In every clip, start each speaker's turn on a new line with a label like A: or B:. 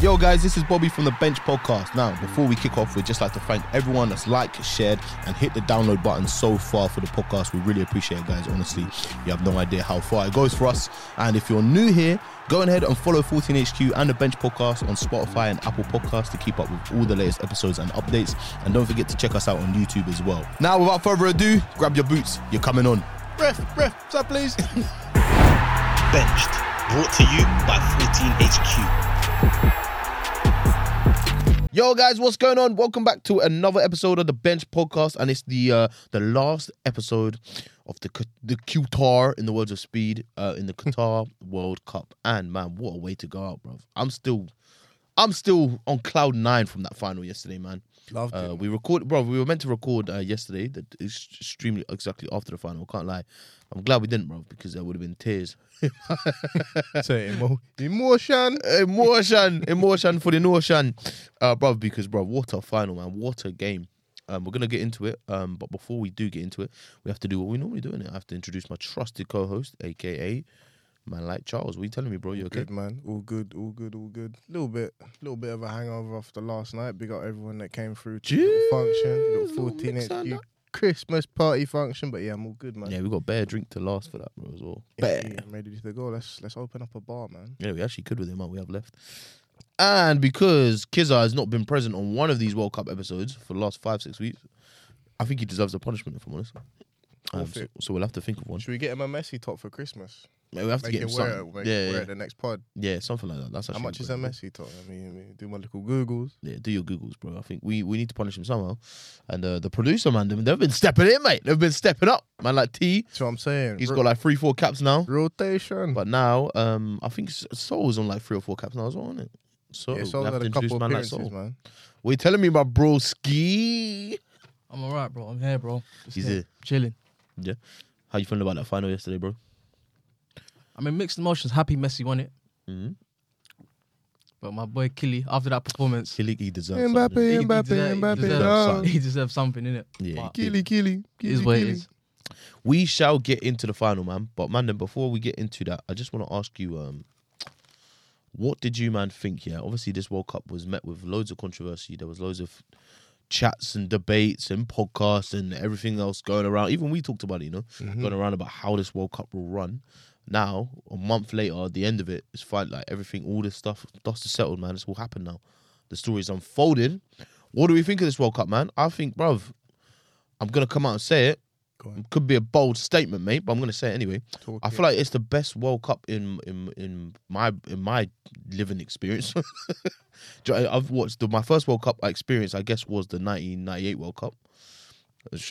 A: Yo, guys, this is Bobby from the Bench Podcast. Now, before we kick off, we'd just like to thank everyone that's liked, shared, and hit the download button so far for the podcast. We really appreciate it, guys. Honestly, you have no idea how far it goes for us. And if you're new here, go ahead and follow 14HQ and the Bench Podcast on Spotify and Apple Podcasts to keep up with all the latest episodes and updates. And don't forget to check us out on YouTube as well. Now, without further ado, grab your boots. You're coming on. Ref, ref, sir, please.
B: Benched, brought to you by 14HQ.
A: Yo guys, what's going on? Welcome back to another episode of the Bench Podcast, and it's the uh, the last episode of the Q- the Qatar, in the words of Speed, uh, in the Qatar World Cup. And man, what a way to go out, bro! I'm still, I'm still on cloud nine from that final yesterday, man.
C: Loved
A: Uh, we recorded, bro. We were meant to record uh, yesterday, the, extremely exactly after the final. Can't lie, I'm glad we didn't, bro, because there would have been tears.
C: it. Say it emo- emotion.
A: emotion, emotion for the notion, uh, bro. Because bro, what a final, man! What a game. Um, we're gonna get into it. Um, but before we do get into it, we have to do what we normally do. And I have to introduce my trusted co-host, aka man like Charles. What are you telling me, bro? You okay?
C: Good man. All good. All good. All good. Little bit. Little bit of a hangover after last night. Big up everyone that came through. to the
A: Cheers,
C: little function. Little
A: little
C: fourteen
A: mix and
C: HQ
A: that.
C: Christmas party function. But yeah, I'm all good, man.
A: Yeah, we got bare drink to last for that, bro, as well.
C: Yeah,
A: Bare.
C: yeah, I'm ready to go. Let's let's open up a bar, man.
A: Yeah, we actually could with the amount we have left. And because Kizza has not been present on one of these World Cup episodes for the last five, six weeks, I think he deserves a punishment, if I'm honest. Um, so,
C: Forfeit.
A: so we'll have to think of one.
C: Should we get him a messy top for Christmas?
A: Yeah, we have to
C: Make
A: get him
C: him wear
A: something.
C: it. Make
A: yeah,
C: him wear
A: yeah,
C: it the next pod.
A: yeah, something like that. That's
C: How
A: actually
C: much
A: a
C: is
A: good
C: a
A: idea.
C: messy top? I mean, I mean, do my little googles.
A: Yeah, do your googles, bro. I think we, we need to punish him somehow. And uh, the producer man, them- they've been stepping in, mate. They've been stepping up, man. Like T,
C: That's what I'm saying.
A: he's
C: Ro-
A: got like three, four caps now.
C: rotation.
A: But now, um, I think S- Soul's on like three or four caps now as well, isn't it? So
C: yeah,
A: we
C: so
A: have
C: had
A: to
C: a
A: introduce
C: couple
A: man like Soul.
C: appearances, man.
A: What you telling me about Broski?
D: I'm all right, bro. I'm here, bro. Just
A: He's
D: here,
A: here.
D: Chilling.
A: How you feeling about that final yesterday, bro?
D: I'm in mixed emotions. Happy Messi won it.
A: Mm-hmm.
D: But my boy Killy, after that performance,
A: Kilik, he deserves something.
C: Mbappe,
D: he,
C: Mbappe,
D: deserve-
C: Mbappe.
D: he, deserves,
C: no.
D: he deserves something, innit?
A: Yeah,
D: But
A: he did.
C: Killy, killy.
D: it is
C: killy,
D: what it
C: killy.
D: is.
A: We shall get into the final, man. But man, then before we get into that, I just want to ask you, um, what did you, man, think? Yeah, obviously this World Cup was met with loads of controversy. There was loads of chats and debates and podcasts and everything else going around. Even we talked about it, you know, going around about how this World Cup will run. Now, a month later, at the end of it, it's fine. Like everything, all this stuff, dust is settled, man. This will happen now. The story is unfolding. What do we think of this World Cup, man? I think, bruv, I'm gonna come out and say it
C: Go on.
A: could be a bold statement, mate, but I'm gonna say it anyway.
C: Talk
A: Mm. I
C: it.
A: feel like it's the best World Cup in in in my in my living experience. Do you know, I've watched the, my first World Cup I experienced. I guess, was the 1998 World Cup.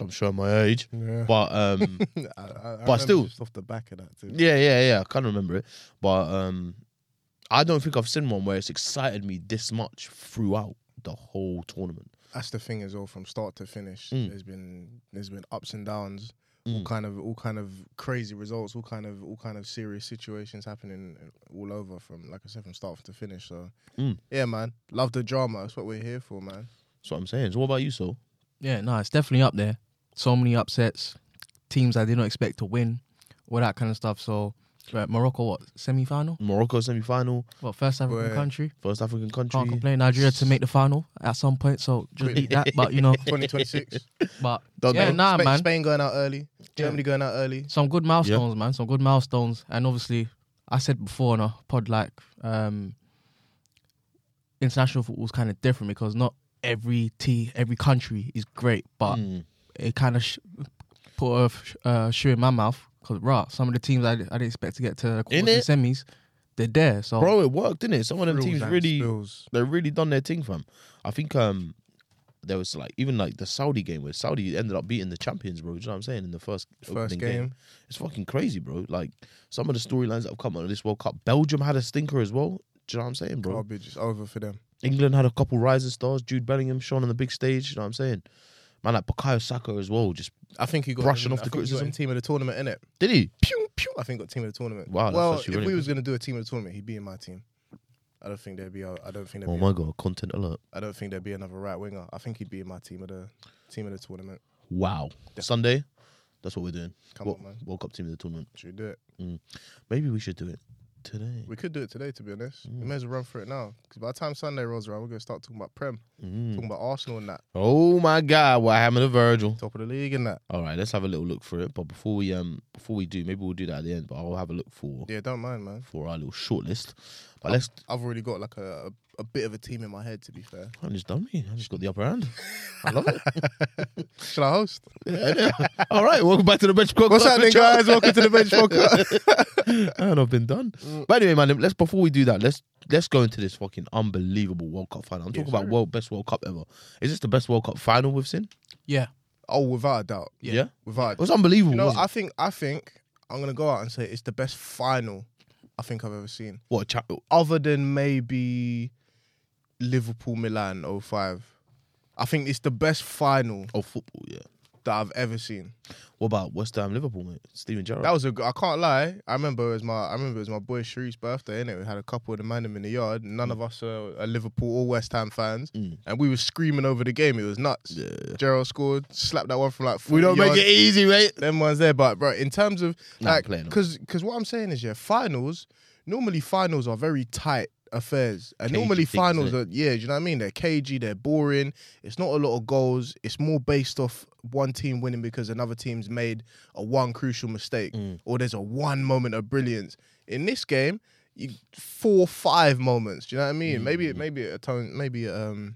A: I'm showing my age,
C: Yeah.
A: but um,
C: I, I, I
A: But
C: remember
A: still-
C: just off the back of that too.
A: yeah, yeah, yeah. I can't remember it, but um, I don't think I've seen one where it's excited me this much throughout the whole tournament.
C: That's the thing as well. From start to finish,
A: Mm.
C: there's been there's been ups and downs, all
A: Mm.
C: kind of all kind of crazy results, all kind of all kind of serious situations happening all over. From like I said, from start to finish. So
A: Mm.
C: yeah, man, love the drama. That's what we're here for, man.
A: That's what I'm saying. So, what about you, so?
D: Yeah, no, it's definitely up there. So many upsets, teams I did not expect to win, all that kind of stuff. So, right, Morocco, what semi final?
A: Morocco semi final,
D: Well, first African
C: Boy.
D: country.
A: first African country.
D: Can't complain. Nigeria to make the final at some point. So just
C: Quick.
D: eat that. But you know,
C: 2026.
D: but
A: Don't
D: yeah,
A: know.
D: nah,
C: Spa-
D: man.
C: Spain going out early. Germany going out early.
D: some good milestones, man. Some good milestones, and obviously, I said before on a pod like um, international football's kind of different because not every t every country is great, but
A: Mm.
D: it kind of sh- put a f- uh, shoe in my mouth because right, some of the teams I, I didn't expect to get to the quarters and semis, they're there. So
A: Bro, it worked, didn't it? Some of them
C: Thrills
A: teams
C: and
A: really.
C: spills.
A: they really done their thing, fam. I think um there was like even like the Saudi game where Saudi ended up beating the champions, bro. Do you know what I'm saying? In the first
C: First
A: opening
C: game.
A: it's fucking crazy, bro. Like some of the storylines that have come out of this World Cup. Belgium had a stinker as well. Do you know what I'm saying, bro?
C: Garbage. It's over for them.
A: England had a couple rising stars. Jude Bellingham shone on the big stage. Do you know what I'm saying? Man, like Bukayo Saka as well. Just
C: I think you got
A: Brushing
C: I
A: off the
C: think you got
A: criticism.
C: him Team of the tournament, innit?
A: did he?
C: Pew pew. I think got team of the tournament.
A: Wow, that's
C: Well, if
A: actually really
C: we
A: good.
C: was gonna do a team of the tournament, he'd be in my team. I don't think there'd be. A, I don't think there'd
A: Oh
C: be.
A: my god, content alert!
C: A, I don't think there'd be another right winger. I think he'd be in my team of the team of the tournament.
A: Wow, Sunday, that's what we're doing.
C: Come
A: Wo-
C: on, man.
A: World Cup team of the tournament.
C: Should we do it?
A: Maybe we should do it. today.
C: We could do it today, to be honest.
A: Mm.
C: We may as well run through it now. Because by the time Sunday rolls around, we're going to start talking about Prem,
A: Mm.
C: talking about Arsenal and that,
A: Oh my God, what happened to Virgil?
C: top of the league and that.
A: All right, let's have a little look for it. But before we um before we do, maybe we'll do that at the end. But I'll have a look for
C: Yeah, don't mind, man.
A: for our little shortlist. But let's.
C: I've already got like a, a, a bit of a team in my head, to be fair.
A: I'm just done me. I just got the upper hand. I love it.
C: Shall I host?
A: All right, welcome back to the bench. Podcast
C: What's happening,
A: with Charles.
C: guys? Welcome to the bench podcast. Mm.
A: and I've been done. But anyway, man, let's before we do that, let's let's go into this fucking unbelievable World Cup final. I'm talking about world best World Cup ever. Is this the best World Cup final we've seen?
D: Yeah.
C: oh, without a doubt.
A: Yeah,
C: Without a
A: it was unbelievable.
C: You know,
A: wasn't it?
C: I think I think I'm gonna go out and say it's the best final I think I've ever seen,
A: what a cha-
C: other than maybe Liverpool Milan 05. I think it's the best final
A: oh football? Yeah.
C: that I've ever seen.
A: What about West Ham Liverpool, mate? Steven Gerrard.
C: That was a. g- I can't lie. I remember it was my. I remember it was my boy Sharif's birthday, innit? We had a couple of the man in the yard. None of us are, are Liverpool or West Ham fans,
A: Mm.
C: and we were screaming over the game. It was nuts.
A: Yeah.
C: Gerald scored, slapped that one from like.
A: we don't
C: 40 yards.
A: make it easy, mate.
C: them ones there. But bro, in terms of
A: Nah,
C: like,
A: play along.
C: because because what I'm saying is, yeah, finals normally finals are very tight affairs, and
A: Cagey
C: normally
A: things,
C: finals
A: innit?
C: are yeah, do you know what I mean? They're cagey, they're boring. It's not a lot of goals. It's more based off one team winning because another team's made a one crucial mistake, or there's a one moment of brilliance. In this game, you four five moments. Do you know what I mean? Maybe it maybe it atone maybe it, um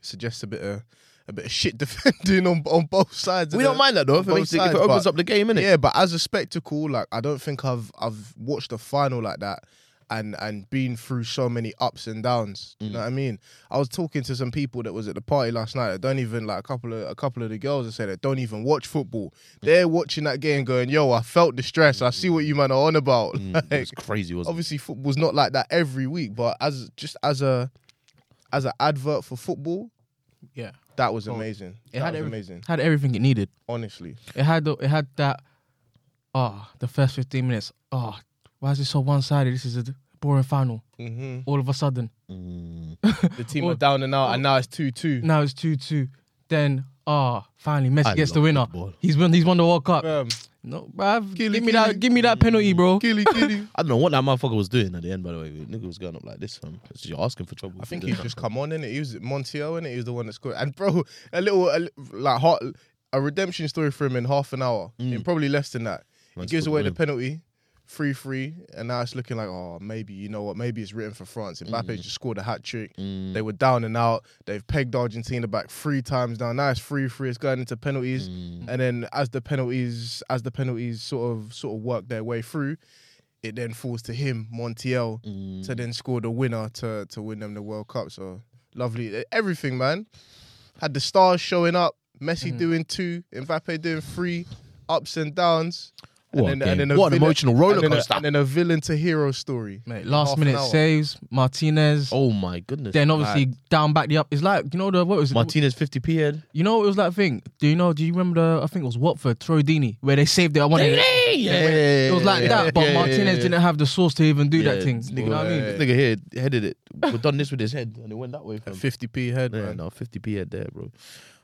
C: suggests a bit of. A bit of shit defending on on both sides. of
A: We
C: the-
A: don't mind that though.
C: on
A: If it,
C: both
A: makes it, if
C: sides,
A: it opens
C: but-
A: up the game, innit?
C: yeah, but as a spectacle, like I don't think I've I've watched a final like that and and been through so many ups and downs.
A: Mm.
C: You know what I mean? I was talking to some people that was at the party last night that don't even like a couple of a couple of the girls that said that don't even watch football. They're watching that game going, yo, I felt the stress. I see what you man are on about.
A: Mm, it
C: Like,
A: was crazy, wasn't it?
C: obviously football's not like that every week, but as just as a as an advert for football,
D: Yeah.
C: that was amazing.
D: Oh. It
C: that
D: had
C: was
D: every-
C: amazing.
D: Had everything it needed.
C: Honestly.
D: It had the, it had that. Ah, the first fifteen minutes. Ah, why is it so one sided? This is a d- boring final.
C: hmm
D: All of a sudden,
A: Mm.
C: The team are down and
D: oh.
C: out, and now it's two two.
D: now it's two two. Then ah, finally Messi
A: I
D: gets the
A: love
D: winner.
A: football.
D: He's won. He's won the World Cup.
C: Um,
D: No, bruv,
C: Killy,
D: give me
C: killy.
D: that. Give me that penalty, bro.
C: Killy, killy.
A: I don't know what that motherfucker was doing at the end. By the way, nigga was going up like this. Fam. It's- You're asking for trouble.
C: I
A: if
C: think
A: you do
C: he's
A: that.
C: just come on in it. He was Montiel in it. He was the one that scored. And bro, a little a, li- like heart, a redemption story for him in half an hour, in probably less than that.
A: Man's
C: he gives
A: Mm. put
C: away
A: it
C: the
A: in.
C: penalty, three three, and now it's looking like oh maybe you know what maybe it's written for France. Mbappe
A: Mm.
C: just scored a hat trick. They were down and out. They've pegged Argentina back three times now. Now it's three three. It's going into penalties,
A: Mm.
C: and then as the penalties as the penalties sort of sort of work their way through. It then falls to him, Montiel, to
A: Mm.
C: then score the winner to to win them the World Cup. So lovely, E, everything, man. Had the stars showing up. Messi
D: Mm.
C: doing two, Mbappe doing three, ups and downs.
A: What a
C: and
A: game. What an emotional roller
C: and then a-
A: coaster.
C: And then a villain to hero story.
D: Mate, last
C: Half an
D: minute
C: hour.
D: saves. Martinez.
A: Oh my goodness.
D: Then obviously down back the up. It's like you know the what was it?
A: Martinez 50p head.
D: You know it was that thing. Do you know? Do you remember the? I think it was Watford, Troy Deeney, where they saved it. I wanted. It was like that, but Martinez didn't have the source to even do that thing. You know what I mean?
A: This nigga here headed it. We've done this with his head, and it went that way. Fam.
C: 50p head,
A: Yeah,
C: man.
A: no, 50p head there, bro.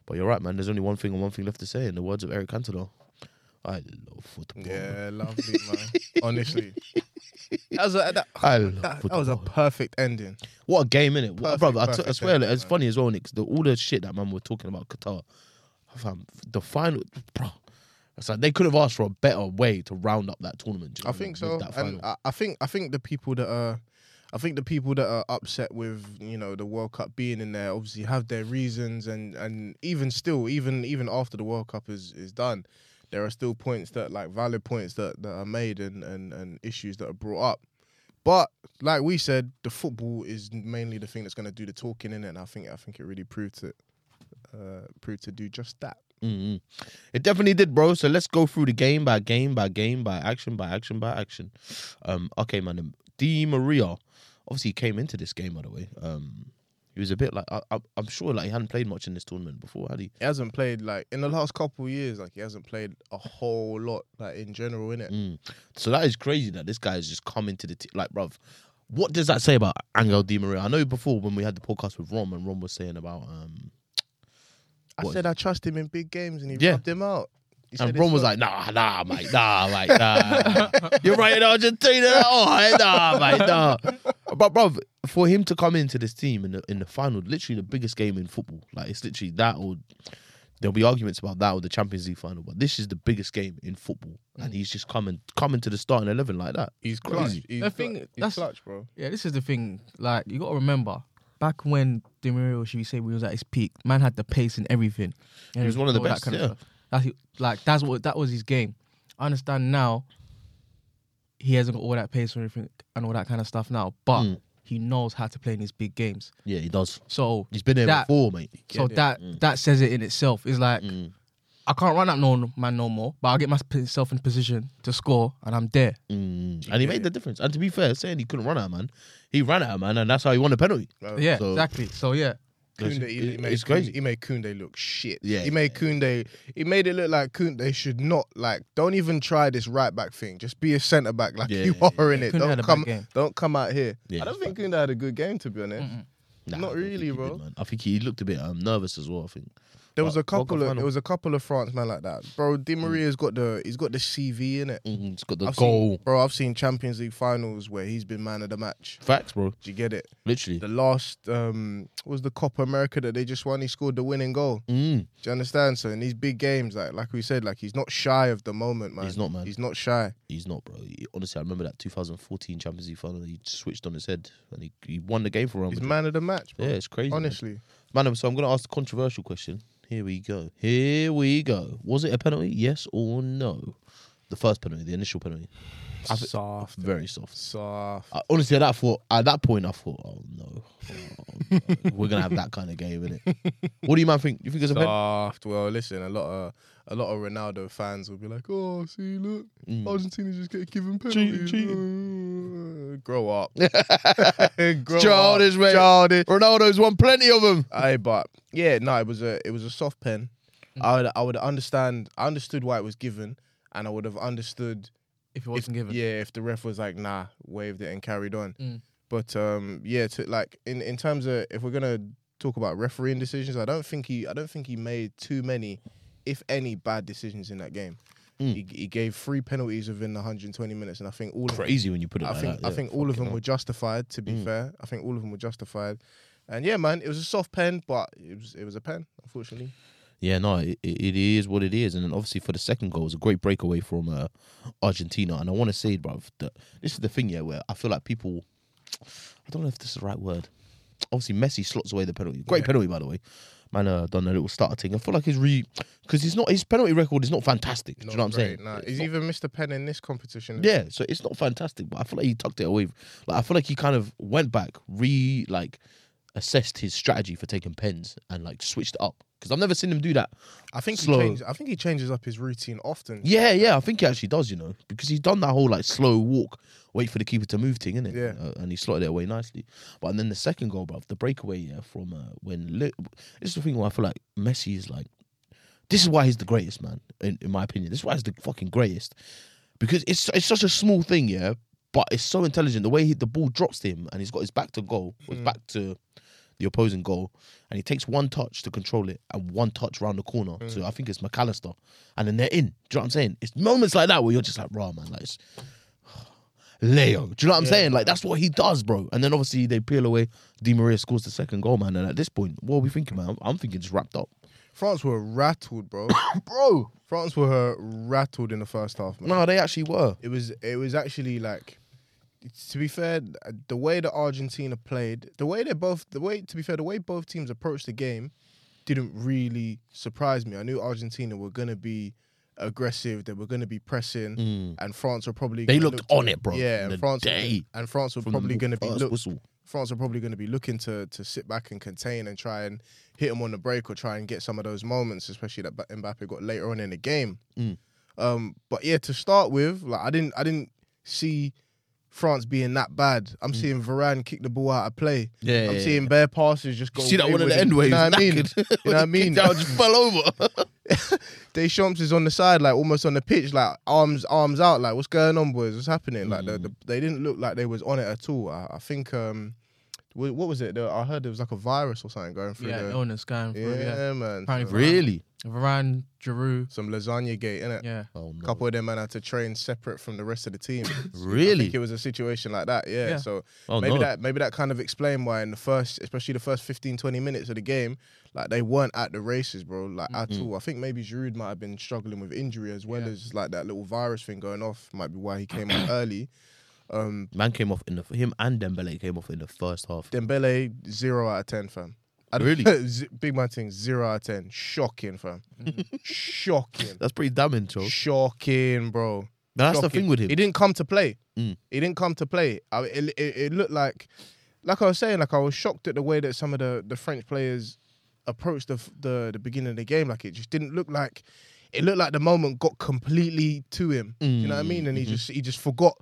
A: But you're right, man. There's only one thing and one thing left to say. In the words of Eric Cantona, I love football.
C: Yeah, lovely, man. Honestly. That was, a, that,
A: I love
C: that, that
A: football.
C: was a perfect ending.
A: What a game, innit?
C: Perfect,
A: Brother, I, t- I
C: perfect
A: swear,
C: game,
A: like, it's
C: man.
A: funny as well, Nick. The, all the shit that man we're talking about Qatar, fam, the final, bro. It's like they could have asked for a better way to round up that tournament. do you
C: I
A: know what
C: think
A: mean,
C: so.
A: with That
C: And
A: final.
C: I, I think I think the people that are I think the people that are upset with, you know, the World Cup being in there obviously have their reasons and and even still, even even after the World Cup is is done, there are still points that like valid points that, that are made and, and and issues that are brought up. But like we said, the football is mainly the thing that's gonna do the talking in it and I think I think it really proved it uh proved to do just that.
A: Mhm. It definitely did, bro. So let's go through the game by game by game by action by action by action. Um, okay, man. um, Di Maria, obviously he came into this game by the way. Um, he was a bit like I, I, I'm sure like he hadn't played much in this tournament before, had he?
C: He hasn't played like in the last couple of years, like he hasn't played a whole lot, like in general, innit?
A: Mm. So that is crazy that this guy is just coming to the team. Like, bruv, what does that say about Angel Di Maria? I know before when we had the podcast with Rom and Rom was saying about um
C: I
A: What
C: said I trust him in big games and he
A: Yeah.
C: rubbed him out. He said
A: And
C: it's
A: Ron was like,
C: not-
A: nah, nah, mate, nah, mate, nah. You're right in Argentina, oh, hey, nah, mate, nah. But, bro, for him to come into this team in the, in the final, literally the biggest game in football, like, it's literally that or there'll be arguments about that or the Champions League final, but this is the biggest game in football.
C: Mm.
A: And he's just coming, coming to the starting 11 like that.
C: he's clutch.
A: Crazy.
C: He's, clu-
D: The thing-
C: he's
D: that's-
C: clutch, bro.
D: Yeah, this is the thing. Like you got to remember, back when Demirio, should we say, we was at his peak, man had the pace and everything. He
A: was one of the best, yeah.
D: That's he- like that's what that was his game. I understand now. He hasn't got all that pace and everything and all that kind of stuff now, but
A: Mm.
D: he knows how to play in these big games.
A: Yeah, Hmm. he does.
D: So
A: He's been there
D: That-
A: before, mate.
D: so that that says it in itself. It's like
A: Mm.
D: I can't run up no man no more, but I'll get myself in position to score and I'm there.
A: Mm. And he made the difference. And to be fair, saying he couldn't run out, man, he ran out, man, and that's how he won the penalty.
C: Bro,
D: Yeah,
A: So-
D: exactly. So yeah.
C: Koundé, he, he
A: It's-
C: made
A: it's
C: Koundé-
A: crazy.
C: He made Kunde look shit.
A: Yeah,
C: he made Koundé. He made it look like Kunde should not like. Don't even try this right back thing. Just be a centre back like
A: Yeah,
C: you
A: yeah,
C: are in it.
D: Koundé had
C: Don't
D: a bad
C: come.
D: game.
C: Don't come out here.
A: Yeah,
C: I don't
A: he's
C: think Kunde had a good game to be honest.
A: Nah,
C: Not
A: I don't
C: really,
A: think he
C: bro.
A: did, man. I think he looked a bit um, nervous as well. I think.
C: There was
A: But
C: a couple
A: World Cup
C: of there
A: final. Mm.
C: was a couple of France man like that, bro. Di Maria's got the he's got the CV in it.
A: Mhm, it's got the
C: I've seen-
A: goal
C: bro. I've seen Champions League finals where he's been man of the match.
A: facts, bro.
C: Do you get it?
A: Literally.
C: The last um was the Copa America that they just won. He scored the winning goal.
A: Mm.
C: Do you understand? So in these big games, like like we said, like he's not shy of the moment, man.
A: He's not, man.
C: He's not shy.
A: He's not, bro. He- honestly, I remember that 2014 Champions League final. He switched on his head and he, he won the game for Real
C: He's
A: Madrid.
C: man of the match, bro.
A: yeah, it's crazy. man.
C: Honestly,
A: man. So I'm gonna ask the controversial question. Here we go. Here we go. Was it a penalty? Yes or no? The first penalty, the initial penalty, I thi-
C: soft,
A: very soft.
C: soft.
A: I, Uh, honestly, at that thought, at that point, I thought, oh no, Oh, no. we're gonna have that kind of game, innit? What do you man think? You think it's a
C: uh,
A: penalty?
C: Soft. Well, listen, a lot of a lot of Ronaldo fans will be like, "Oh, see, look,
A: Hmm. Mm.
C: Argentina just get given penalties." Uh, Grow up. Grow
A: Childish,
C: up.
A: mate.
C: Childish.
A: Ronaldo's won plenty of them.
C: Aye, but yeah, no, it was a it was a soft pen.
D: Mm.
C: I would I would understand. I understood why it was given, and I would have understood
D: If
C: if,
D: it wasn't given.
C: Yeah, if the ref was like, nah, waved it and carried on.
D: Mm.
C: But um, yeah, to like in in terms of if we're gonna talk about refereeing decisions, I don't think he I don't think he made too many, if any, bad decisions in that game.
A: Mm.
C: He, he gave three penalties within 120 minutes, and I think all of them,
A: Crazy when you put it
C: I
A: like
C: think
A: that.
C: I
A: yeah.
C: think all of them were justified. To be
A: Mm.
C: fair, I think all of them were justified. And yeah, man, it was a soft pen, but it was it was a pen, unfortunately.
A: Yeah, no, it, it is what it is. And then obviously for the second goal, it was a great breakaway from uh, Argentina. And I want to say, bro, this is the thing, yeah, where I feel like people, I don't know if this is the right word. Obviously, Messi slots away the penalty. Great penalty, by the way. Man, uh, done a little starter thing. I feel like his re because he's not his penalty record is not fantastic. do you know what I'm
C: great,
A: saying?
C: Nah,
A: It's
C: he's
A: not-
C: even missed a pen in this competition.
A: Yeah, so it's not fantastic, but I feel like he tucked it away. Like I feel like he kind of went back, re like assessed his strategy for taking pens and like switched it up. Because I've never seen him do that.
C: I think
A: Slow.
C: he changes. I think he changes up his routine often.
A: Yeah, yeah, I think he actually does, you know, because he's done that whole like slow walk, wait for the keeper to move thing, innit?
C: Yeah.
A: Uh, and he slotted it away nicely. But and then the second goal, bruv, the breakaway, yeah, from uh, when Li- this is the thing where I feel like Messi is like, this is why he's the greatest man, in, in my opinion. This is why he's the fucking greatest because it's it's such a small thing, yeah, but it's so intelligent. The way he, the ball drops to him and he's got his back to goal, or his back to the opposing goal, and he takes one touch to control it and one touch round the corner. So I think it's McAllister, and then they're in. Do you know what I'm saying? It's moments like that where you're just like, raw man, like it's Leo. Do you know what I'm saying? Like that's what he does, bro. And then obviously they peel away. Di Maria scores the second goal, man. And at this point, what are we thinking, man? I'm, I'm thinking it's wrapped up.
C: France were rattled, bro. bro, France were rattled in the first half, man.
A: No, they actually were.
C: It was it was actually like to be fair, the way that Argentina played, the way they both the way to be fair, the way both teams approached the game didn't really surprise me. I knew Argentina were gonna be aggressive, they were gonna be pressing, and France were probably
A: Mm. They
C: gonna
A: looked
C: look to-
A: on it, bro.
C: Yeah,
A: the
C: and France
A: day
C: and France were
A: from
C: probably
A: the
C: gonna be
A: first
C: look,
A: whistle.
C: France are probably going to be looking to to sit back and contain and try and hit them on the break or try and get some of those moments, especially that Mbappe got later on in the game.
A: Mm.
C: Um, but yeah, to start with, like I didn't I didn't see France being that bad. I'm seeing Varane kick the ball out of play.
A: Mm. Yeah,
C: I'm
A: yeah,
C: seeing bare passes just go.
A: You see that one at
C: wayward
A: the end
C: and-
A: where
C: You
A: he
C: know
A: was
C: what
A: knackered?
C: I mean? You know what I mean?
A: Down, just fell over.
C: Deschamps is on the side, like almost on the pitch, like arms arms out, like
D: Mm.
C: what's going on, boys? What's happening? Like the, the, they didn't look like they was on it at all. I, I think um, wh- what was it? There- I heard there was like a virus or something going through
D: Yeah,
C: there.
D: illness going through.
C: yeah,
D: Yeah,
C: man. So,
D: Apparently for-
A: Really?
D: Varane, Giroud.
C: some lasagna gate, innit?
D: Yeah,
A: Oh no.
C: A couple of them man had to train separate from the rest of the team. I think
A: Really?
C: it was a situation like that, yeah.
D: Yeah.
C: So
A: Oh
C: maybe
A: no.
C: that maybe that kind of explained why in the first, especially the first 15, 20 minutes of the game, like they weren't at the races, bro, like at all. I think maybe Giroud might have been struggling with injury as well
D: Yeah.
C: as like that little virus thing going off. Might be why he came on early. Um,
A: Man came off in the him and Dembele came off in the first half.
C: Dembele zero out of ten, fam. I don't-
A: Really?
C: Z- Big man thing zero out of ten. Shocking, fam. Shocking.
A: That's pretty damning, Joe.
C: Shocking, bro.
A: Now, that's the
C: Shocking.
A: thing with him.
C: He didn't come to play.
A: Mm.
C: He didn't come to play. I, it, it, it looked like, like I was saying, like I was shocked at the way that some of the, the French players approached the, f- the the beginning of the game. Like it just didn't look like. It looked like the moment got completely to him. Do You know what I mean? And
A: Mm-hmm.
C: he just he just forgot.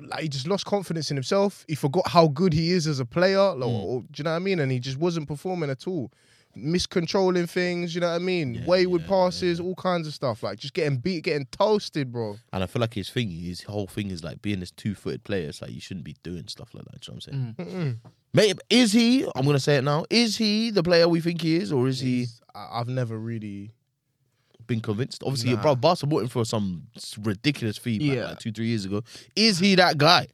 C: Like he just lost confidence in himself. He forgot how good he is as a player. Like,
A: Mm.
C: or- do you know what I mean? And he just wasn't performing at all. Miscontrolling things, you know what I mean? Wayward passes, all kinds of stuff. Like just getting beat, getting toasted, bro.
A: And I feel like his thing, his whole thing is like being this two footed player. It's like you shouldn't be doing stuff like that. Do you know what I'm saying?
C: Mm.
A: Mate, is he, I'm going to say it now, is he the player we think he is or is he
C: I- I've never really.
A: been convinced? Obviously,
C: Nah.
A: bro, Barca bought him for some s- ridiculous fee man,
D: Yeah.
A: like two, three years ago. Is he that guy?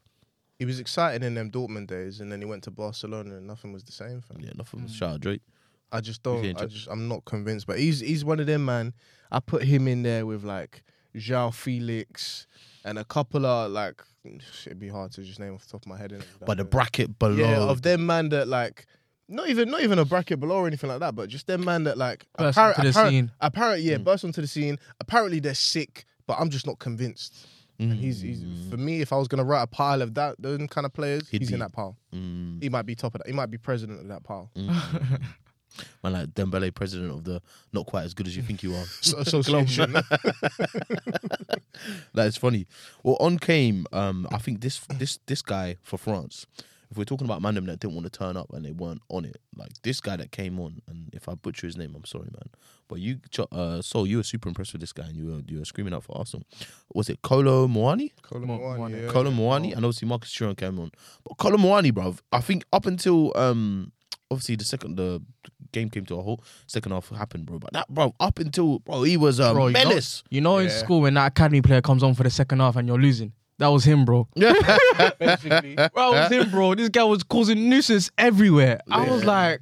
C: He was exciting in them Dortmund days, and then he went to Barcelona, and nothing was the same for him.
A: Yeah, nothing. Shout out Drake.
C: I just
A: Okay,
C: don't. I
A: Joe.
C: just. I'm not convinced. But he's he's one of them man. I put him in there with like João Felix and a couple of like. It'd be hard to just name off the top of my head. innit?
A: But the bracket below.
C: yeah, of them man that like. Not even not even a bracket below or anything like that, but just them man that like
D: Burst
C: apparent-
D: onto the
C: apparent-
D: scene.
C: Apparently, yeah, burst onto the scene. Apparently, they're sick, but I'm just not convinced. And he's, he's for me. If I was gonna write a pile of that, those kind of players,
A: He'd
C: he's in
A: be-
C: that pile.
A: Mm,
C: He might be top of that. He might be president of that pile.
A: man, like Dembele, president of the not quite as good as you think you are.
C: So, association.
A: That is funny. Well, on came. Um, I think this this this guy for France. If we're talking about Mandem that didn't want to turn up and they weren't on it, like this guy that came on, and if I butcher his name, I'm sorry, man. But you, Cho- uh, Sol, you were super impressed with this guy, and you were you were screaming out for Arsenal. Was it Colo Moani?
C: Colin
D: Mo-
C: Moani,
D: Moani.
C: yeah.
A: Colin Moani, and obviously Marcus Turan came on. But Colin Moani, bro, I think up until um obviously the second the game came to a halt, second half happened, bro. But that bro, up until bro, he was um, a
D: bro. You know,
A: menace.
D: you know in
C: Yeah.
D: school when that academy player comes on for the second half and you're losing. That was him, bro.
C: Basically,
D: Bro, it was him, bro. This guy was causing nuisance everywhere. I was like,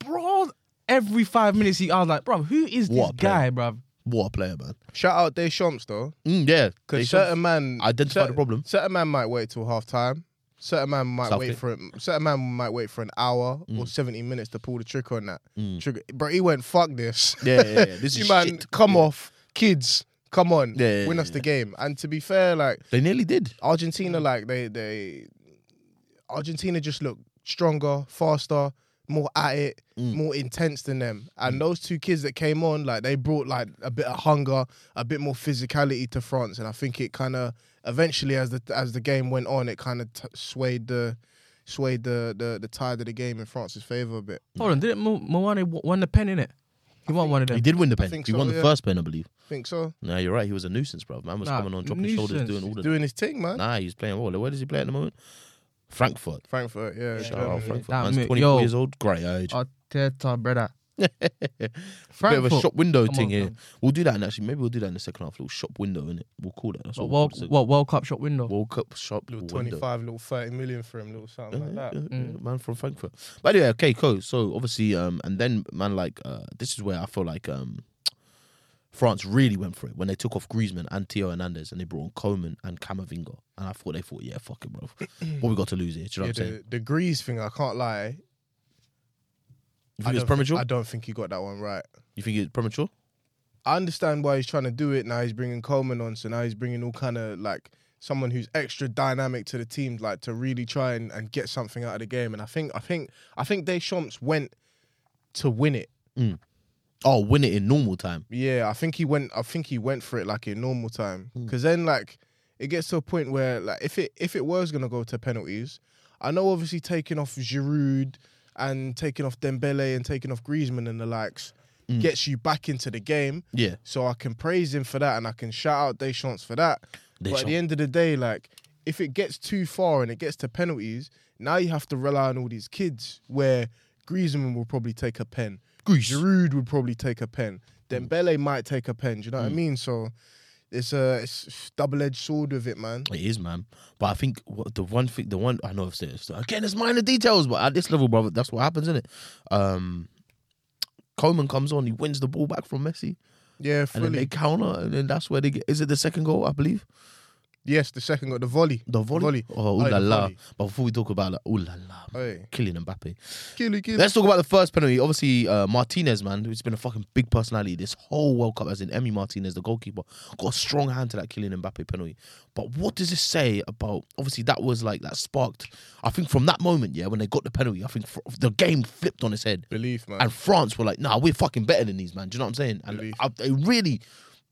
D: bro, every five minutes, he, I was like, bro, who is this
A: What a
D: guy, bro?
A: What a player, man.
C: Shout out Deschamps though,
A: Mm, yeah,
C: because
A: They-
C: certain man
A: identify
C: cer-
A: the problem.
C: Certain man might wait till half time. Certain man might
A: Southgate.
C: wait for it. Certain man might wait for an hour
A: Mm.
C: or seventy minutes to pull the trick on that. Trigger, bro. He went fuck this.
A: Yeah, yeah, yeah. This
C: you
A: is
C: man,
A: shit.
C: come off, kids. Come on,
A: Yeah, yeah,
C: win us the game. And to be fair, like
A: They nearly did.
C: Argentina,
A: Mm.
C: like they they Argentina just look stronger, faster, more at it,
A: Mm.
C: more intense than them. And those two kids that came on, like they brought like a bit of hunger, a bit more physicality to France. And I think it kind of eventually, as the as the game went on, it kind of t- swayed the swayed the, the the tide of the game in France's favor a bit.
D: Hold on, didn't Mo- Moane w- won the pen in it? He won one of
A: He
D: them.
A: did win the pen.
C: think
A: He
C: so,
A: won the
C: yeah.
A: first pen, I believe.
C: Think so?
A: No, you're right. He was a nuisance, bro. Man was
D: Nah,
A: coming on, dropping shoulders,
D: nuisance.
A: doing all the.
C: Doing his thing, man.
A: Nah, he's playing well. Where does he play at the moment? Frankfurt.
C: Frankfurt, yeah.
A: Shout
C: Germany.
A: out Frankfurt.
D: That
A: Man's
D: mi-
A: 24
D: yo. Uh,
A: years old. Great age.
D: Arteta, brother.
A: Bit of a
D: Frankfurt.
A: shop window
D: Come
A: thing
D: on,
A: here.
D: fam.
A: We'll do that, and actually, maybe we'll do that in the second half. Little shop window, innit? We'll call that. That's
D: What,
A: what,
D: World,
A: we'll call
D: what World Cup shop window?
A: it. World Cup shop
C: Little
A: window.
C: 25, little 30 million for him, little something like that.
A: Yeah, yeah, yeah, Man from Frankfurt. But anyway, okay, cool. So obviously, um, and then man, like uh, this is where I feel like um, France really went for it when they took off Griezmann and Tio Hernandez and they brought on Coleman and Camavinga. And I thought they thought, yeah, fuck it, bro. what we got to lose here? Do you know what
C: Yeah,
A: I'm saying?
C: the, the Grease thing, I can't lie.
A: You
C: I
A: think it's
C: don't
A: premature?
C: thi- I don't think he got that one right.
A: you think it's premature?
C: I understand why he's trying to do it. Now he's bringing Coleman on, so now he's bringing all kind of like someone who's extra dynamic to the team, like to really try and, and get something out of the game. And I think, I think, I think Deschamps went to win it.
A: Oh, win it in normal time.
C: Yeah, I think he went. I think he went for it like in normal time.
A: Hmm.
C: Because then, like, it gets to a point where, like, if it if it was gonna go to penalties, I know obviously taking off Giroud and taking off Dembele and taking off Griezmann and the likes
A: Hmm.
C: gets you back into the game.
A: Yeah.
C: So I can praise him for that and I can shout out Deschamps for that. But at
A: Deschamps.
C: the end of the day, like, if it gets too far and it gets to penalties, Now you have to rely on all these kids where Griezmann will probably take a pen.
A: Greece. Mm.
C: Giroud would probably take a pen. Dembele might take a pen. Do you know what I mean? So it's a it's double-edged sword with it, man.
A: It is, man. But I think what, the one thing, the one I know I've said it's- again, it's minor details, but at this level, brother, that's what happens, isn't it? Um, Coleman comes on, he wins the ball back from Messi,
C: Yeah,
A: and then they
C: fully.
A: counter, and then that's where they get. Is it the second goal? I believe
C: Yes, the second got the volley.
A: the volley.
C: Volley.
A: Oh, ooh la
C: Aye, the
A: la!
C: volley.
A: But before we talk about that, ooh la la, man.
C: Hey,
A: killing Mbappe.
C: kill it, kill it.
A: Let's talk about the first penalty. Obviously, uh, Martinez, man, who's been a fucking big personality this whole World Cup, as in Emmy Martinez, the goalkeeper, got a strong hand to that Kylian Mbappe penalty. But what does this say about? Obviously, that was like that sparked. I think from that moment, yeah, when they got the penalty, I think fr- the game flipped on its head,
C: Belief, man.
A: and France were like, "Nah, we're fucking better than these, man." Do you know what I'm saying? And
C: Believe.
A: I, I really.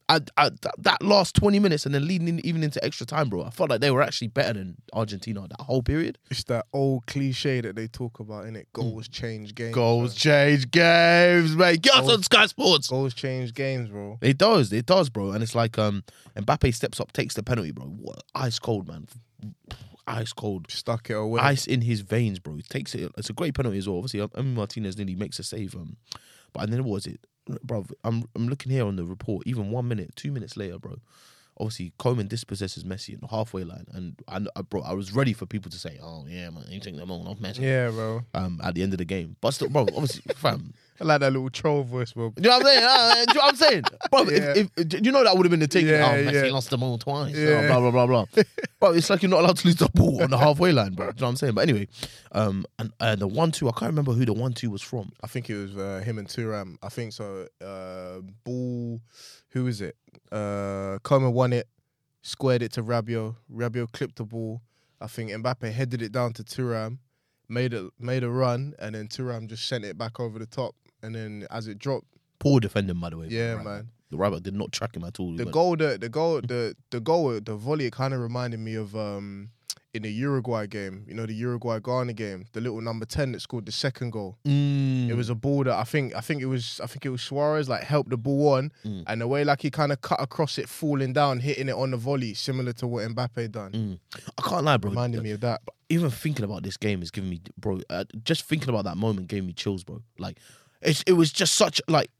A: I, I, that- that last 20 minutes and then leading in, even into extra time, bro, I felt like they were actually better than Argentina that whole period.
C: It's that old cliche that they talk about in it. Goals change games.
A: Mm. Goals
C: man.
A: change games, mate. Get us
C: Goals-
A: on Sky Sports.
C: Goals change games, bro.
A: Oh. It does, it does, bro. And it's like um Mbappe steps up, takes the penalty, bro. What ice cold, man. Ice cold.
C: Stuck it away.
A: Ice in his veins, bro. He takes it. It's a great penalty as well. Obviously, um, Emi Martinez nearly makes a save. Um, but and then what was it, bro? I'm I'm looking here on the report. Even one minute, two minutes later, bro. Obviously, Coleman dispossesses Messi in the halfway line, and I, I bro, I was ready for people to say, "Oh yeah, man, you take the moment off Messi."
C: yeah, bro.
A: Um, at the end of the game, but still, bro, obviously, fam,
C: I like that little troll voice, bro.
A: do you know what I'm saying? Uh, do you know what I'm saying? Bro,
C: Yeah.
A: if, if, do you know that would have been the thing.
C: Yeah,
A: oh, Messi
C: yeah.
A: lost the ball twice. oh,
C: Yeah.
A: blah, blah, blah, blah. bro, it's like you're not allowed to lose the ball on the halfway line, bro. Do you know what I'm saying? But anyway, um, and, and the 1 2, I can't remember who the 1 2 was from.
C: I think it was uh, him and Turam. I think so. Uh, Ball, who is it? Uh, Coleman won it, squared it to Rabio. Rabio clipped the ball. I think Mbappe headed it down to Turam, made it made a run, and then Turam just sent it back over the top. And then as it dropped,
A: Poor defending, by the way.
C: yeah,
A: Right.
C: man,
A: The Rabbit did not track him at all. He
C: the
A: went-
C: goal, the the goal, the the goal, the volley. It kind of reminded me of um in the Uruguay game. You know, the Uruguay Ghana game. The little number ten that scored the second goal.
A: Mm.
C: It was a ball that I think I think it was I think it was Suarez like helped the ball on
A: Mm.
C: and the way like he kind of cut across it, falling down, hitting it on the volley, similar to what Mbappe done.
A: Mm. I can't lie, bro.
C: Reminded me of that.
A: even thinking about this game is giving me, bro. Uh, just thinking about that moment gave me chills, bro. Like, it's it was just such like,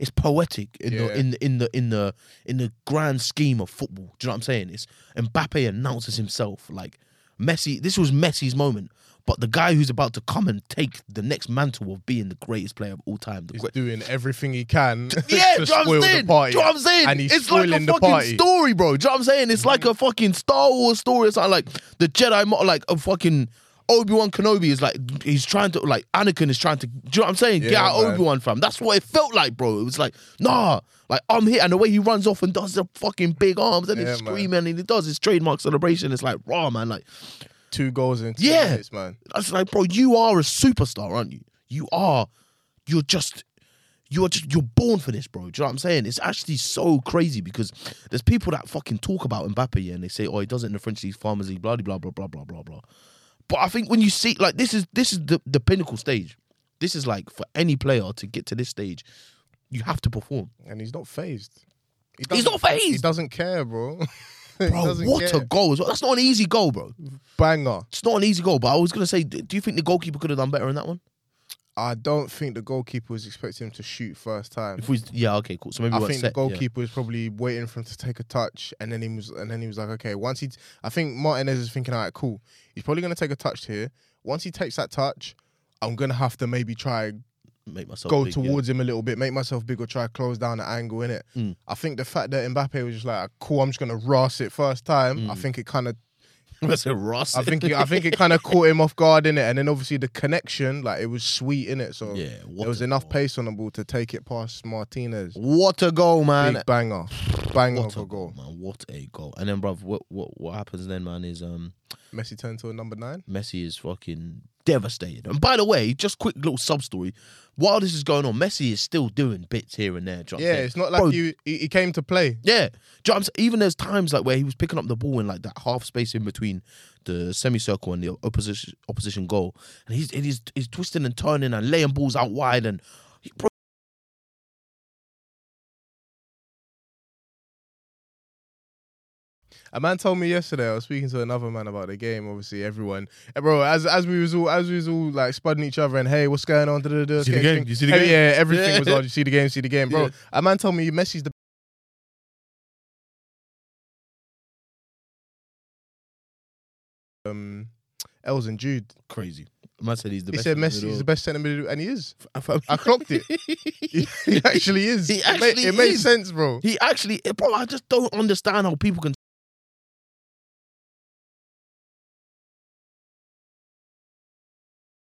A: it's poetic in
C: Yeah.
A: the in the in the in the in the grand scheme of football. Do you know what I'm saying? It's Mbappe announces himself like Messi. This was Messi's moment, but the guy who's about to come and take the next mantle of being the greatest player of all time. The
C: He's
A: great-
C: doing everything he can
A: yeah,
C: to
A: do you know what
C: spoil
A: I'm saying?
C: the party.
A: Do you know what I'm saying?
C: And he's
A: it's like a
C: spoiling the
A: fucking
C: party.
A: story, bro. Do you know what I'm saying? It's like a fucking Star Wars story. It's like, like the Jedi, mo- like a fucking Obi Wan Kenobi is like he's trying to like Anakin is trying to. Do you know what I'm saying? Get
C: Yeah,
A: out
C: man.
A: Obi Wan, fam. That's what it felt like, bro. It was like nah, like I'm here, and the way he runs off and does the fucking big arms and
C: Yeah,
A: he's
C: man.
A: screaming and he does his trademark celebration. It's like raw, man. Like
C: Two goals in two
A: Yeah.
C: minutes, man.
A: that's like, bro, you are a superstar, aren't you? You are. You're just. You're just. You're born for this, bro. Do you know what I'm saying? It's actually so crazy because there's people that fucking talk about Mbappe yeah, and they say, oh, he does it in the French League, Farmers League, blah blah blah blah blah blah blah. But I think when you see like this is this is the the pinnacle stage. This is like for any player to get to this stage, you have to perform.
C: And he's not phased. He
A: He's
C: doesn't-
A: not phased!
C: He doesn't care, bro. He
A: Bro,
C: doesn't
A: what
C: care.
A: a goal as well. That's not an easy goal, bro.
C: banger!
A: It's not an easy goal. But I was gonna say, d- do you think the goalkeeper could have done better in that one?
C: I don't think the goalkeeper was expecting him to shoot first time.
A: If we, yeah, okay, cool. So maybe
C: I
A: we're
C: think
A: set,
C: the
A: yeah.
C: goalkeeper was probably waiting for him to take a touch, and then he was, and then he was like, okay, once he, I think Martinez is thinking, all right, cool, he's probably gonna take a touch here. Once he takes that touch, I'm gonna have to maybe try
A: make myself
C: go
A: big, yeah.
C: towards him a little bit, make myself big, or try close down the angle in it.
A: Mm.
C: I think the fact that Mbappe was just like, cool, I'm just gonna ras it first time.
A: Mm.
C: I think it kind of,
A: That's a Ross.
C: I think, it, I think it kind of caught him off guard in it, and then obviously the connection, like it was sweet in it. So
A: yeah, what
C: there was
A: a
C: enough
A: goal.
C: pace on the ball to take it past Martinez.
A: What a goal, man!
C: Big banger, banger
A: what
C: of
A: a
C: a goal.
A: man! What a goal! And then, bruv, what what what happens then, man? Is um
C: Messi turned to a number nine.
A: Messi is fucking devastated. And by the way, just quick little sub story. While this is going on, Messi is still doing bits here and there. do you know what I'm
C: Yeah,
A: saying?
C: it's not like
A: Bro,
C: you he, he came to play.
A: Yeah, do you know what I'm saying? even there's times like where he was picking up the ball in like that half space in between the semicircle and the opposition opposition goal, and he's and he's, he's twisting and turning and laying balls out wide and. He, bro,
C: A man told me yesterday. I was speaking to another man about the game. Obviously, everyone, eh, bro. As as we was all as we was all like spudding each other and hey, what's going on?
A: See the game? You see the game?
C: Yeah, everything
A: Yeah.
C: was on. You see the game? See the game, bro.
A: Yeah.
C: A man told me Messi's the um Els and Jude.
A: Crazy. Man said he's the
C: He
A: best.
C: said
A: in the
C: Messi is the
A: middle.
C: best centre midfielder, and he is. I clocked it. he actually is.
A: He
C: it ma-
A: actually
C: it makes
A: is.
C: sense, bro.
A: He actually, eh, bro, I just don't understand how people can.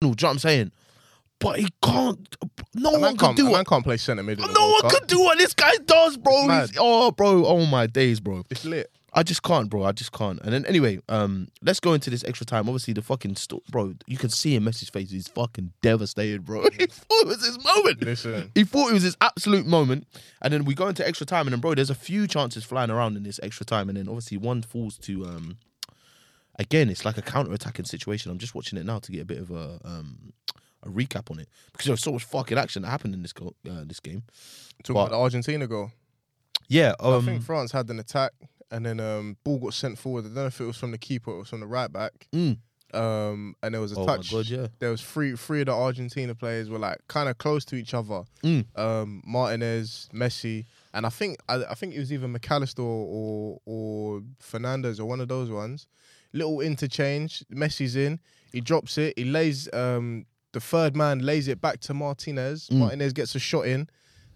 A: Do you know what I'm saying? But he can't. No
C: A
A: one
C: man
A: can
C: can't, a
A: do
C: man
A: it.
C: can't play centre midfield.
A: No one can do what this guy does, bro.
C: It's mad.
A: He's- oh, bro. Oh my days, bro.
C: It's lit.
A: I just can't, bro. I just can't. And then anyway, um, let's go into this extra time. Obviously, the fucking sto- bro, you can see in Messi's face. He's fucking devastated, bro. he thought it was his moment.
C: Listen.
A: He thought it was his absolute moment. And then we go into extra time, and then bro, there's a few chances flying around in this extra time, and then obviously one falls to um. Again, it's like a counter-attacking situation. I'm just watching it now to get a bit of a um a recap on it because there was so much fucking action that happened in this go- uh, this game.
C: Talking
A: But-
C: about the Argentina goal.
A: Yeah,
C: I
A: um,
C: think France had an attack, and then um, ball got sent forward. I don't know if it was from the keeper or it was from the right back.
A: Mm.
C: Um, and there was a
A: Oh my
C: touch.
A: God, yeah.
C: There was three three of the Argentina players were like kind of close to each other.
A: Mm.
C: Um, Martinez, Messi, and I think I, I think it was either McAllister or or Fernandez or one of those ones. Little interchange. Messi's in. He drops it. He lays um, the third man lays it back to Martinez.
A: Mm.
C: Martinez gets a shot in.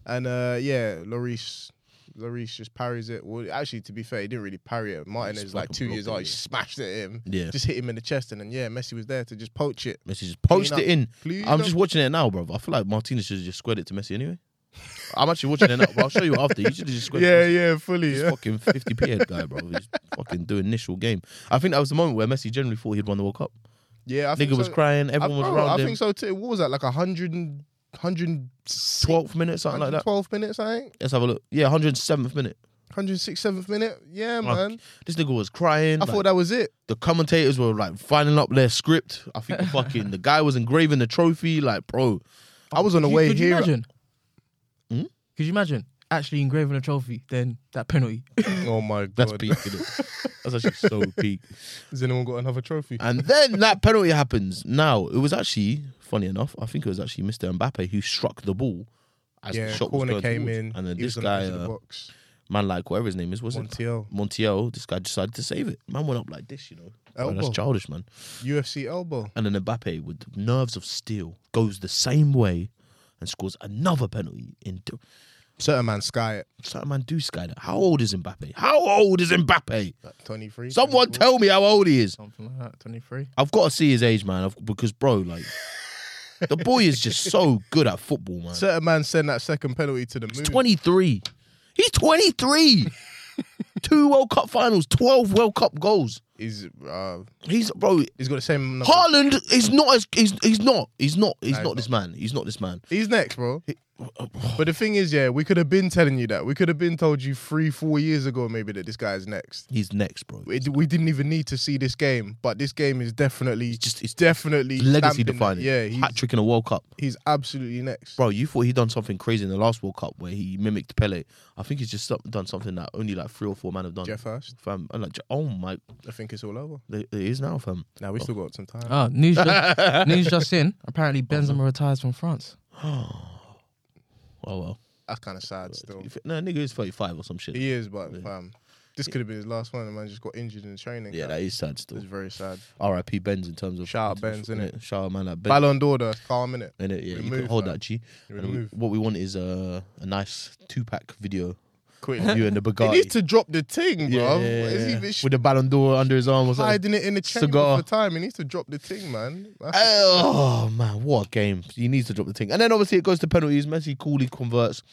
C: And uh, yeah, Lloris, Lloris just parries it. Well, actually, to be fair, he didn't really parry it. Martinez
A: Just
C: is like
A: fucking
C: two years
A: blocked
C: old.
A: it,
C: He smashed it at him.
A: Yeah.
C: Just hit him in the chest, and then yeah, Messi was there to just poach it.
A: Messi just poached
C: Clean
A: it
C: up.
A: in.
C: Please
A: I'm
C: don't-
A: just watching it now, bro. I feel like Martinez should have just squared it to Messi anyway. I'm actually watching it now, but I'll show you after. You should have just squared it. to Messi.
C: yeah, fully.
A: This fucking 50p head guy, bro. He's fucking doing initial game. I think that was the moment where Messi generally thought he'd won the World Cup.
C: Yeah, I think
A: Nigga was
C: so.
A: crying,
C: I,
A: everyone was
C: bro,
A: around
C: I
A: him.
C: think so too. What was that? Like a hundred and hundred and six-
A: 12th minute, something like that.
C: 112 minutes, I think.
A: Let's have a look. Yeah, 107th minute.
C: 106, 7th minute. Yeah,
A: Fuck.
C: man.
A: This nigga was crying.
C: I
A: like,
C: thought that was it.
A: the commentators were like filing up their script. I think the fucking the guy was engraving the trophy. Like, bro,
C: I was on the
D: oh, Could you-
C: way
D: could you
C: here.
D: imagine?
A: Hmm?
D: Could you imagine actually engraving a trophy, then that penalty?
C: oh my
A: that's
C: god.
A: peak. innit? That's actually so peak.
C: Has anyone got another trophy?
A: And then that penalty happens. Now, it was actually, funny enough, I think it was actually Mr. Mbappe who struck the ball as
C: yeah,
A: the shot was
C: corner
A: going
C: came
A: towards.
C: in.
A: And then
C: he
A: this
C: was on the edge
A: guy,
C: of the
A: uh,
C: box.
A: man, like whatever his name is, was it?
C: Montiel.
A: Montiel, this guy decided to save it. Man went up like this, you know. Bro, that's
C: Elbow.
A: childish, man.
C: UFC elbow.
A: And then Mbappe, with nerves of steel, goes the same way and scores another penalty. In do-
C: Certain man sky it.
A: certain man do sky that. How old is Mbappe? How old is Mbappe?
C: Like 23.
A: Someone
C: 24.
A: tell me how old he is.
D: Something like that, 23.
A: I've got to see his age, man, I've- because bro, like the boy is just so good at football, man.
C: Certain man send that second penalty to the moon.
A: He's 23. He's 23. Two World Cup finals, 12 World Cup goals.
C: He's uh,
A: He's bro,
C: he's got the same. Number.
A: Haaland is not as he's he's not he's not he's
C: No,
A: not
C: he's
A: this man. He's not this man.
C: He's next, bro. But the thing is, yeah, we could have been telling you that. We could have been told you three, four years ago, maybe that this guy is next.
A: He's next, bro.
C: It, we didn't even need to see this game, but this game is definitely,
A: It's just-
C: just
A: it's
C: it's definitely
A: Legacy
C: stamping that-
A: defining.
C: Yeah, he's,
A: hat trick in a World Cup,
C: he's absolutely next.
A: bro. You thought he'd done something crazy in the last World Cup where he mimicked Pele. I think he's just some- done something that only like three or four men have done.
C: Jeff Hurst,
A: Fam, I'm like, oh my,
C: I think it's all over.
A: it it is now, fam.
C: Now we still got some time.
A: Oh.
D: Ah, news just, news just in. Apparently, Benzema retires from France.
A: Oh well.
C: That's kind of sad still.
A: If- No, nigga is 35 or some shit. Yeah,
C: He is, but fam, this could have been his last one. The man just got injured in training. camp.
A: that is sad still.
C: it's very sad.
A: R.I.P. Benz in terms of.
C: Shout out Benz,
A: international-
C: innit?
A: Shout out, man, like Benz.
C: Ballon d'Or, though, it's calm, innit?
A: innit? Yeah, you can
C: Remove,
A: hold
C: fam.
A: that, G. And we-
C: Remove.
A: what we want is uh, a nice two pack video
C: Quick.
A: of you and the
C: He
A: Bugatti.
C: needs to drop the thing, bro. Is he bit
A: With the Ballon d'Or under his arm or something.
C: hiding it in the chamber
A: Cigar.
C: for time? He needs to drop the thing, man. That's-
A: Oh, man, what a game. He needs to drop the thing. And then obviously it goes to penalties. Messi coolly converts.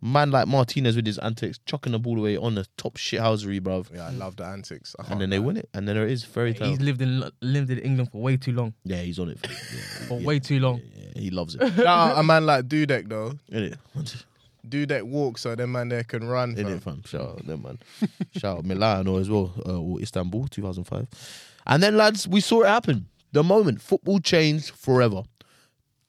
A: Man like Martinez with his antics, chucking the ball away on the top shithousery, bruv.
C: yeah, I love the antics. I
A: And then they win it. And then there it is fairy tale.
D: He's lived in Lo- lived in England for way too long.
A: yeah, he's on it. For, yeah,
D: For
A: yeah,
D: way too long.
A: yeah, he loves it.
C: Shout out a man like Dudek though.
A: Innit?
C: Dudek walks so them man there can run.
A: Innit, fam?
C: fam.
A: Shout out them, man. Shout out Milano as well, uh, or Istanbul, 2005. And then, lads, we saw it happen. The moment football changed forever.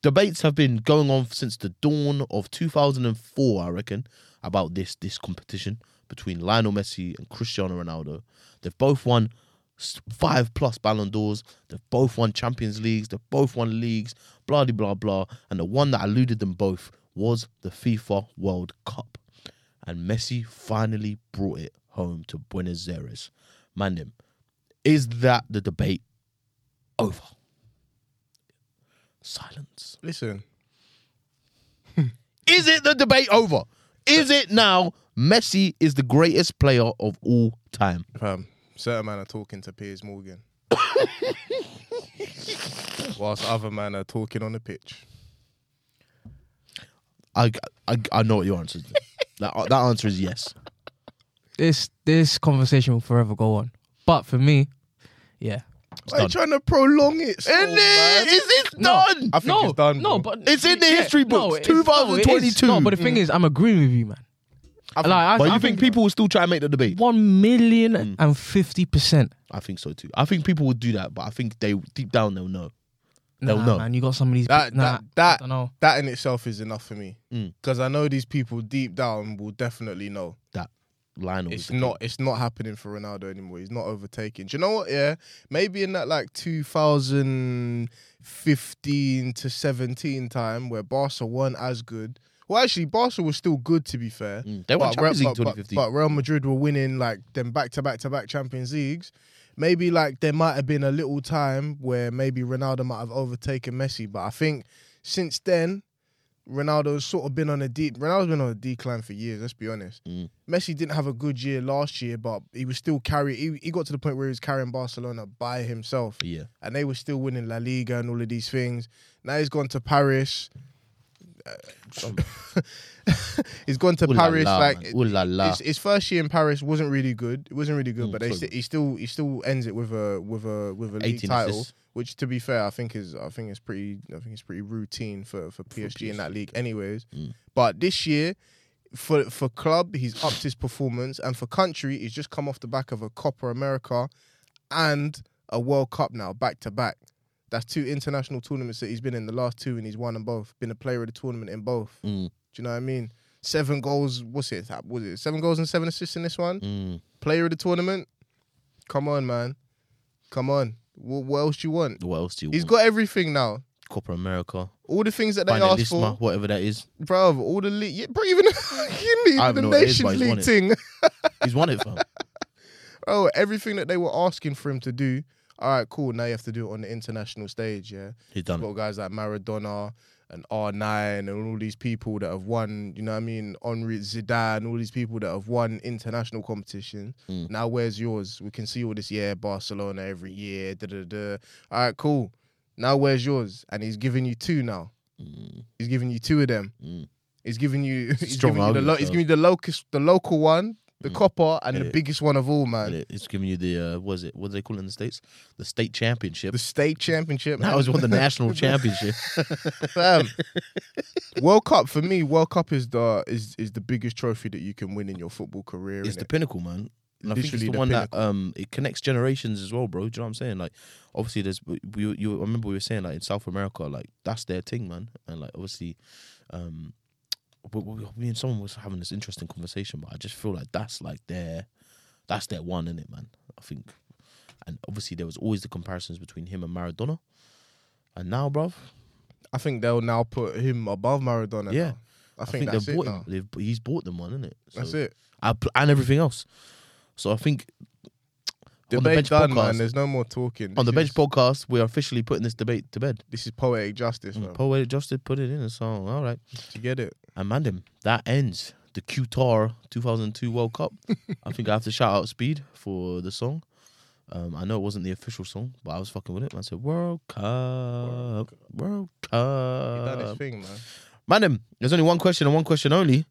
A: Debates have been going on since the dawn of 2004, I reckon, about this this competition. between Lionel Messi and Cristiano Ronaldo. They've both won s- five plus Ballon d'Ors. They've both won Champions Leagues. They've both won leagues. Blah de blah blah. And the one that eluded them both was the FIFA World Cup. And Messi finally brought it home to Buenos Aires. Mandim, is that the debate over? Silence.
C: Listen,
A: Is it the debate over? Is it now Messi is the greatest player of all time?
C: fam, Um, certain man are talking to Piers Morgan, whilst other man are talking on the pitch.
A: I, I, I know what your answer is. that, that answer is yes.
D: This this conversation will forever go on. But for me, yeah.
C: Why are you trying to prolong it? so,
A: Isn't it?
C: Oh, man?
A: Is this
D: No.
A: done?
C: I think
D: no,
C: it's done.
D: no,
C: bro.
D: but
A: It's in the history books,
D: it is- no, it is.
A: 2022.
D: No, but the thing is, I'm agreeing with you, man.
C: I
D: Like, I,
A: But you
D: I
A: Mm. think Mm. people will still try and make the debate?
D: one million and fifty percent?
A: I think so too. I think people would do that, but I think they deep down they'll know. They'll
D: nah,
A: know.
D: man. You got some of these.
C: That-
D: nah,
C: that- that-
D: I don't know.
C: that in itself is enough for me
A: Mm.
C: because I know these people deep down will definitely know
A: Lionel, was
C: it's
A: the king.
C: not it's not happening for Ronaldo anymore. He's not overtaking. Do you know what? Yeah, maybe in that like 2015 to 17 time where Barca weren't as good. Well, actually, Barca was still good to be fair.
A: Mm, they won
C: But
A: Champions
C: Real-
A: League in
C: but- but-
A: 2015.
C: But, Real Madrid were winning like them back to back to back Champions Leagues. Maybe like there might have been a little time where maybe Ronaldo might have overtaken Messi, but I think since then, Ronaldo's sort of been on a deep. Ronaldo's been on a decline for years. Let's be honest.
A: Mm.
C: Messi didn't have a good year last year, but he was still carrying. He, he got to the point where he was carrying Barcelona by himself,
A: yeah,
C: and they were still winning La Liga and all of these things. Now he's gone to Paris. he's gone to
A: Ooh la
C: Paris.
A: la,
C: like
A: man. Ooh la la.
C: his, his first year in Paris wasn't really good. It wasn't really good,
A: Mm,
C: but they
A: sorry.
C: st- he still he still ends it with a with a with a league
A: 18
C: title,
A: assists.
C: which to be fair, I think is I think is pretty I think it's pretty routine for for PSG, in that league, anyways.
A: Mm.
C: But this year. For for club, he's upped his performance, and for country, he's just come off the back of a Copper America and a World Cup now back to back. That's two international tournaments that he's been in the last two, and he's won them both. Been a player of the tournament in both.
A: Mm.
C: Do you know what I mean? Seven goals. What's it? That- Was it seven goals and seven assists in this one?
A: Mm.
C: Player of the tournament. Come on, man. Come on. What, what else do you want?
A: What else do you?
C: He's
A: want?
C: got everything now.
A: Copa America,
C: All the things that they asked
A: Finalisma,
C: for,
A: whatever that is.
C: bro. All the league, yeah, bro. Even you need
A: I have
C: the
A: no idea, but
C: Nations
A: he's won
C: League
A: it.
C: thing.
A: He's won it, fam.
C: Oh, everything that they were asking for him to do. All right, cool. Now you have to do it on the international stage, yeah.
A: He's done it.
C: Got guys like Maradona and R9 and all these people that have won, you know what I mean, Henri Zidane, all these people that have won international competition.
A: Mm.
C: Now where's yours? We can see all this, yeah, Barcelona every year, da da da. All right, cool. Now where's yours? And he's giving you two now.
A: Mm.
C: He's giving you two of them.
A: Mm.
C: He's giving you, he's
A: Strong
C: giving you the
A: argument,
C: lo- he's
A: though.
C: giving you the locus, the local one, the
A: Mm.
C: copper, and
A: Get
C: the
A: it.
C: biggest one of all, man.
A: And it- It's giving you the uh, what is it? What do they call it in the states? The state championship.
C: The state championship.
A: Now it's won the national championship.
C: Fam. World Cup for me, World Cup is the is is the biggest trophy that you can win in your football career.
A: It's
C: innit?
A: the pinnacle, man. And I think it's
C: Literally
A: the,
C: the
A: one that um it connects generations as well, bro. Do you know what I'm saying? Like, obviously, there's we you I remember we were saying like in South America, like that's their thing, man. And like obviously, um, we, we, me and someone was having this interesting conversation, but I just feel like that's like their that's their one, in it, man. I think, and obviously there was always the comparisons between him and Maradona, and now, bruv,
C: I think they'll now put him above Maradona.
A: Yeah.
C: now. I
A: I
C: think,
A: think,
C: that's
A: they've
C: it.
A: bought
C: Now.
A: him. They've, he's bought them one, isn't it?
C: That's it.
A: I pl- and everything else. So I think on the
C: Debate
A: bench
C: done,
A: podcast,
C: man. There's no more talking.
A: on the
C: This
A: bench
C: is-
A: podcast, we are officially putting this debate to bed.
C: This is poetic justice, man.
A: Poetic Justice put it in a song. All right,
C: you get it?
A: and Mandem, that ends the Qatar 2002 World Cup. I think I have to shout out Speed for the song. Um, I know it wasn't the official song, but I was fucking with it. I said World Cup, World
C: He done his
A: Cup.
C: thing, man.
A: Mandem, there's only one question and one question only.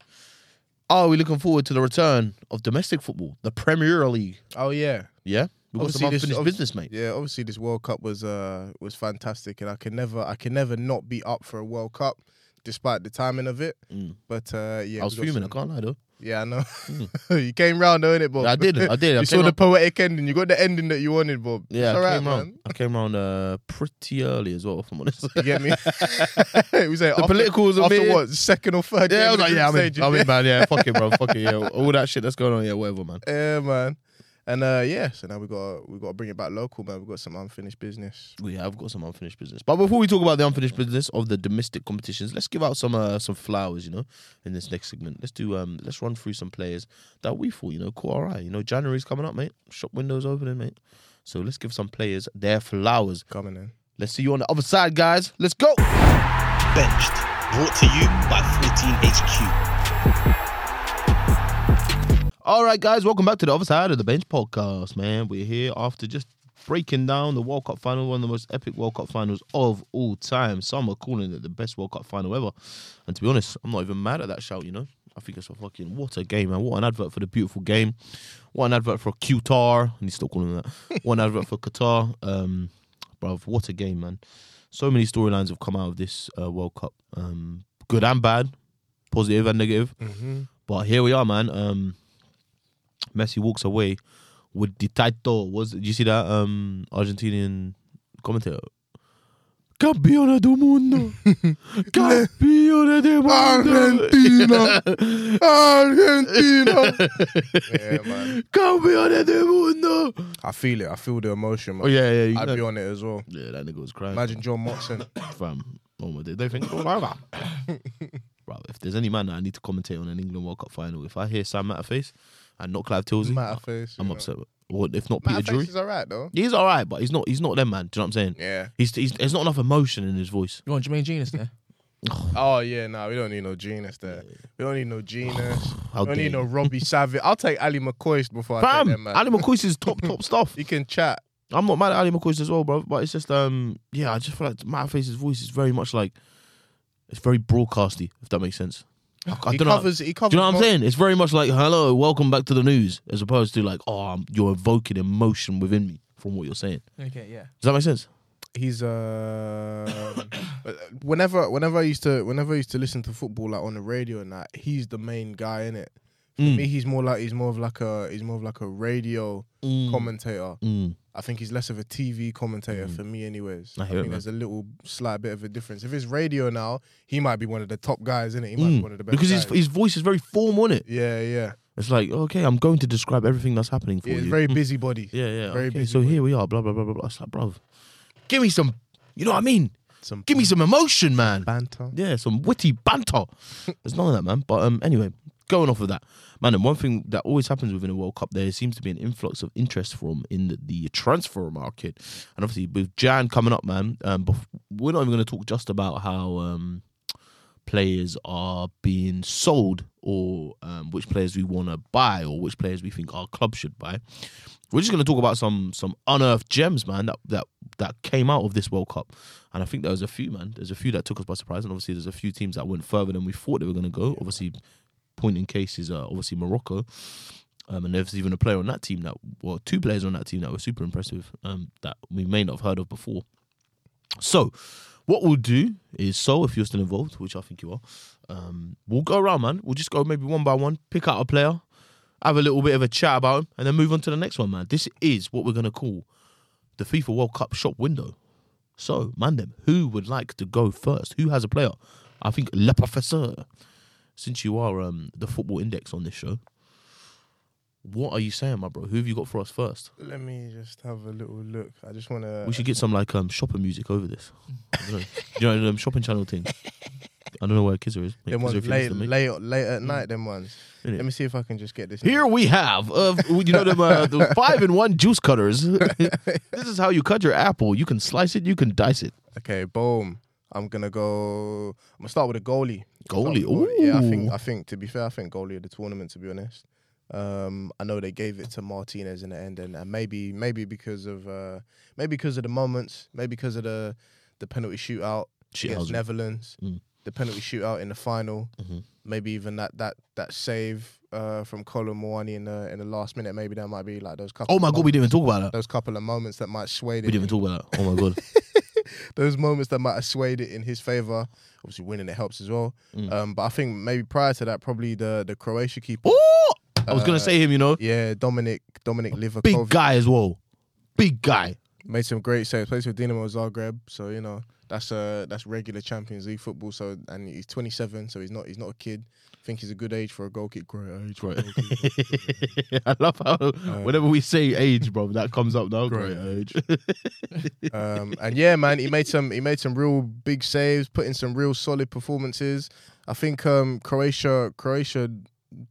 A: Are we looking forward to the return of domestic football, the Premier League?
C: Oh yeah,
A: Yeah, we got
C: Obviously
A: some
C: this-
A: unfinished
C: obviously-
A: business, mate.
C: yeah. Obviously, this World Cup was uh was fantastic, and I can never I can never not be up for a World Cup, despite the timing of it.
A: Mm.
C: But uh yeah,
A: I was
C: we got
A: fuming. I
C: some-
A: can't lie though.
C: Yeah, I know. you came round, though, innit, Bob?
A: I didn't. I did. I came
C: you saw the
A: round-
C: poetic ending. You got the ending that you wanted, Bob.
A: yeah, I
C: it's all right,
A: came round.
C: man.
A: I came round uh, pretty early as well, if I'm honest.
C: You get me? we say after,
A: political was a
C: after
A: bit-
C: what second or third.
A: yeah,
C: game
A: I was
C: of
A: like,
C: the
A: yeah, I'm
C: group
A: in,
C: stage,
A: I'm
C: yeah.
A: in, man. Yeah, fuck it, bro. Fuck it, yeah. All that shit that's going on, yeah, whatever, man.
C: Yeah, man. And uh, yeah, so now we got we got to bring it back local, man. We've got some unfinished business.
A: We have got some unfinished business. But before we talk about the unfinished business of the domestic competitions, let's give out some uh, some flowers, you know, in this next segment. Let's do um let's run through some players that we thought, you know, caught our eye. You know, January's coming up, mate. Shop windows opening, mate. So let's give some players their flowers.
C: coming in.
A: Let's see you on the other side, guys. Let's go.
B: Benched. Brought to you by 14HQ.
A: All right, guys, welcome back to the other side of the bench podcast, man. We're here after just breaking down the World Cup final, one of the most epic World Cup finals of all time. Some are calling it the best World Cup final ever. And to be honest, I'm not even mad at that shout, you know. I think it's a fucking what a game, man. What an advert for the beautiful game. What an advert for Qatar. And he's still calling it that. What an advert for Qatar. Um, bruv, what a game, man. So many storylines have come out of this uh, World Cup. Um, good and bad, positive and negative. But here we are, man. Um, Messi walks away with the title. Was did you see that um Argentinian commentator? Campione del mundo, campione del
C: Argentina.
A: mundo,
C: Argentina. yeah, man.
A: campione del mundo.
C: I feel it. I feel the emotion, man.
A: Oh yeah, yeah, you
C: I'd
A: know-
C: be on it as well.
A: yeah. That nigga was crying.
C: Imagine John Motson.
A: fam. Oh my day, they think it's all over. Bro, if there's any man that I need to commentate on an England World Cup final, if I hear Sam Matterface and not Clive Tilsey,
C: Matterface.
A: I'm
C: you know.
A: upset. Or if not Peter
C: Matterface
A: Drury,
C: is alright though.
A: he's all right, but he's not. He's not them man. Do you know what I'm saying?
C: Yeah.
A: He's, he's there's not enough emotion in his voice.
D: You want Jermaine Genius there?
C: Oh yeah, no, we don't need no genius there. We don't need no genius.
A: How
C: we don't
A: dare
C: need no
A: you.
C: Robbie Savage. I'll take Ali McCoist before I take them,
A: Fam,
C: man.
A: Ali McCoy's is top top stuff.
C: he can chat.
A: I'm not mad at Ali McCoy's as well, bro. But it's just um yeah, I just feel like Matterface's voice is very much like it's very broadcasty, if that makes sense. I, I
C: he
A: don't know.
C: covers. He covers.
A: Do you know what I'm
C: mo-
A: saying? It's very much like hello, welcome back to the news, as opposed to like oh, I'm- you're evoking emotion within me from what you're saying.
D: Okay, yeah.
A: Does that make sense?
C: he's uh whenever whenever I used to whenever I used to listen to football like on the radio and that he's the main guy in it. For
A: Mm.
C: me, he's more like he's more of like a he's more of like a radio commentator.
A: Mm.
C: I think he's less of a TV commentator for me, anyways.
A: I
C: I,
A: hear it,
C: think
A: man.
C: there's a little slight bit of a difference. If it's radio now, he might be one of the top guys in it. He might be one of the
A: Mm.
C: best
A: Because his
C: guys.
A: his voice is very formal on it.
C: yeah, yeah,
A: It's like okay, I'm going to describe everything that's happening for
C: yeah. He's
A: you. Mm.
C: very busybody.
A: Yeah, yeah.
C: Very
A: okay,
C: busy
A: so
C: boy.
A: here we are, blah blah blah blah blah. It's like, bruv, give me some, you know what I mean?
C: Some
A: Give me some emotion, man.
C: banter.
A: Yeah, some witty banter. There's none of that, man. But um, anyway, going off of that, man. And one thing that always happens within a World Cup, there seems to be an influx of interest from in the, the transfer market, and obviously with Jan coming up, man. Um, bef- we're not even going to talk just about how um players are being sold or um, which players we want to buy or which players we think our club should buy. We're just going to talk about some some unearthed gems, man, that that that came out of this World Cup. And I think there was a few, man. There's a few that took us by surprise, and obviously there's a few teams that went further than we thought they were going to go. Obviously, point in case is uh, obviously Morocco. Um, and there's even a player on that team that, well, two players on that team that were super impressive um, that we may not have heard of before. So, what we'll do is, so if you're still involved, which I think you are, um, we'll go around, man. We'll just go maybe one by one, pick out a player, have a little bit of a chat about him, and then move on to the next one, man. This is what we're gonna call the FIFA World Cup shop window. So, man, them who would like to go first? Who has a player? I think Le Professeur. Since you are um, the football index on this show, what are you saying, my bro? Who have you got for us first?
C: Let me just have a little look. I just want to.
A: We should get some like um shopper music over this. I dunno. you know them shopping channel things. I don't know where Kizzer is. Mate,
C: Them
A: Kizzer,
C: ones
A: if you
C: late,
A: listen to me.
C: late, late at night. Them ones.
A: Mm. Innit?
C: Let me see if I can just get this.
A: Here we have, uh, you know, them, uh, the five in one juice cutters. this is how you cut your apple. You can slice it. You can dice it.
C: Okay, boom. I'm gonna go. I'm gonna start with a goalie. Start
A: Goalie.
C: with a Oh, Yeah, I think.
A: Ooh.
C: I think. To be fair, I think goalie of the tournament. To be honest, um, I know they gave it to Martinez in the end, and, and maybe maybe because of uh, maybe because of the moments, maybe because of the the penalty shootout against
A: Shithouser.
C: Netherlands,
A: Mm.
C: the penalty shootout in the final,
A: Mhm.
C: maybe even that that that save uh, from Colin Moani in the in the last minute. Maybe that might be like those couple.
A: Oh my
C: of
A: god, we didn't even talk about that.
C: those couple of moments that might
A: We
C: sway.
A: didn't even talk about that. Oh my god.
C: those moments that might have swayed it in his favour. Obviously, winning it helps as well. Um, but I think maybe prior to that, probably the the Croatia keeper.
A: Oh, I was gonna say him. You know,
C: Uh, Yeah, Dominic Dominic
A: big
C: Livakovic
A: guy as well. Big guy.
C: made some great saves. Plays for Dinamo Zagreb, so you know that's uh that's regular Champions League football. So and he's 27, so he's not he's not a kid. I think he's a good age for a goal kick. Great age, for a goal kick.
A: I love how
C: Uh,
A: whenever we say age, bro, that comes up now. Great age.
C: Um, and yeah, man, he made some he made some real big saves, put in some real solid performances. I think um, Croatia Croatia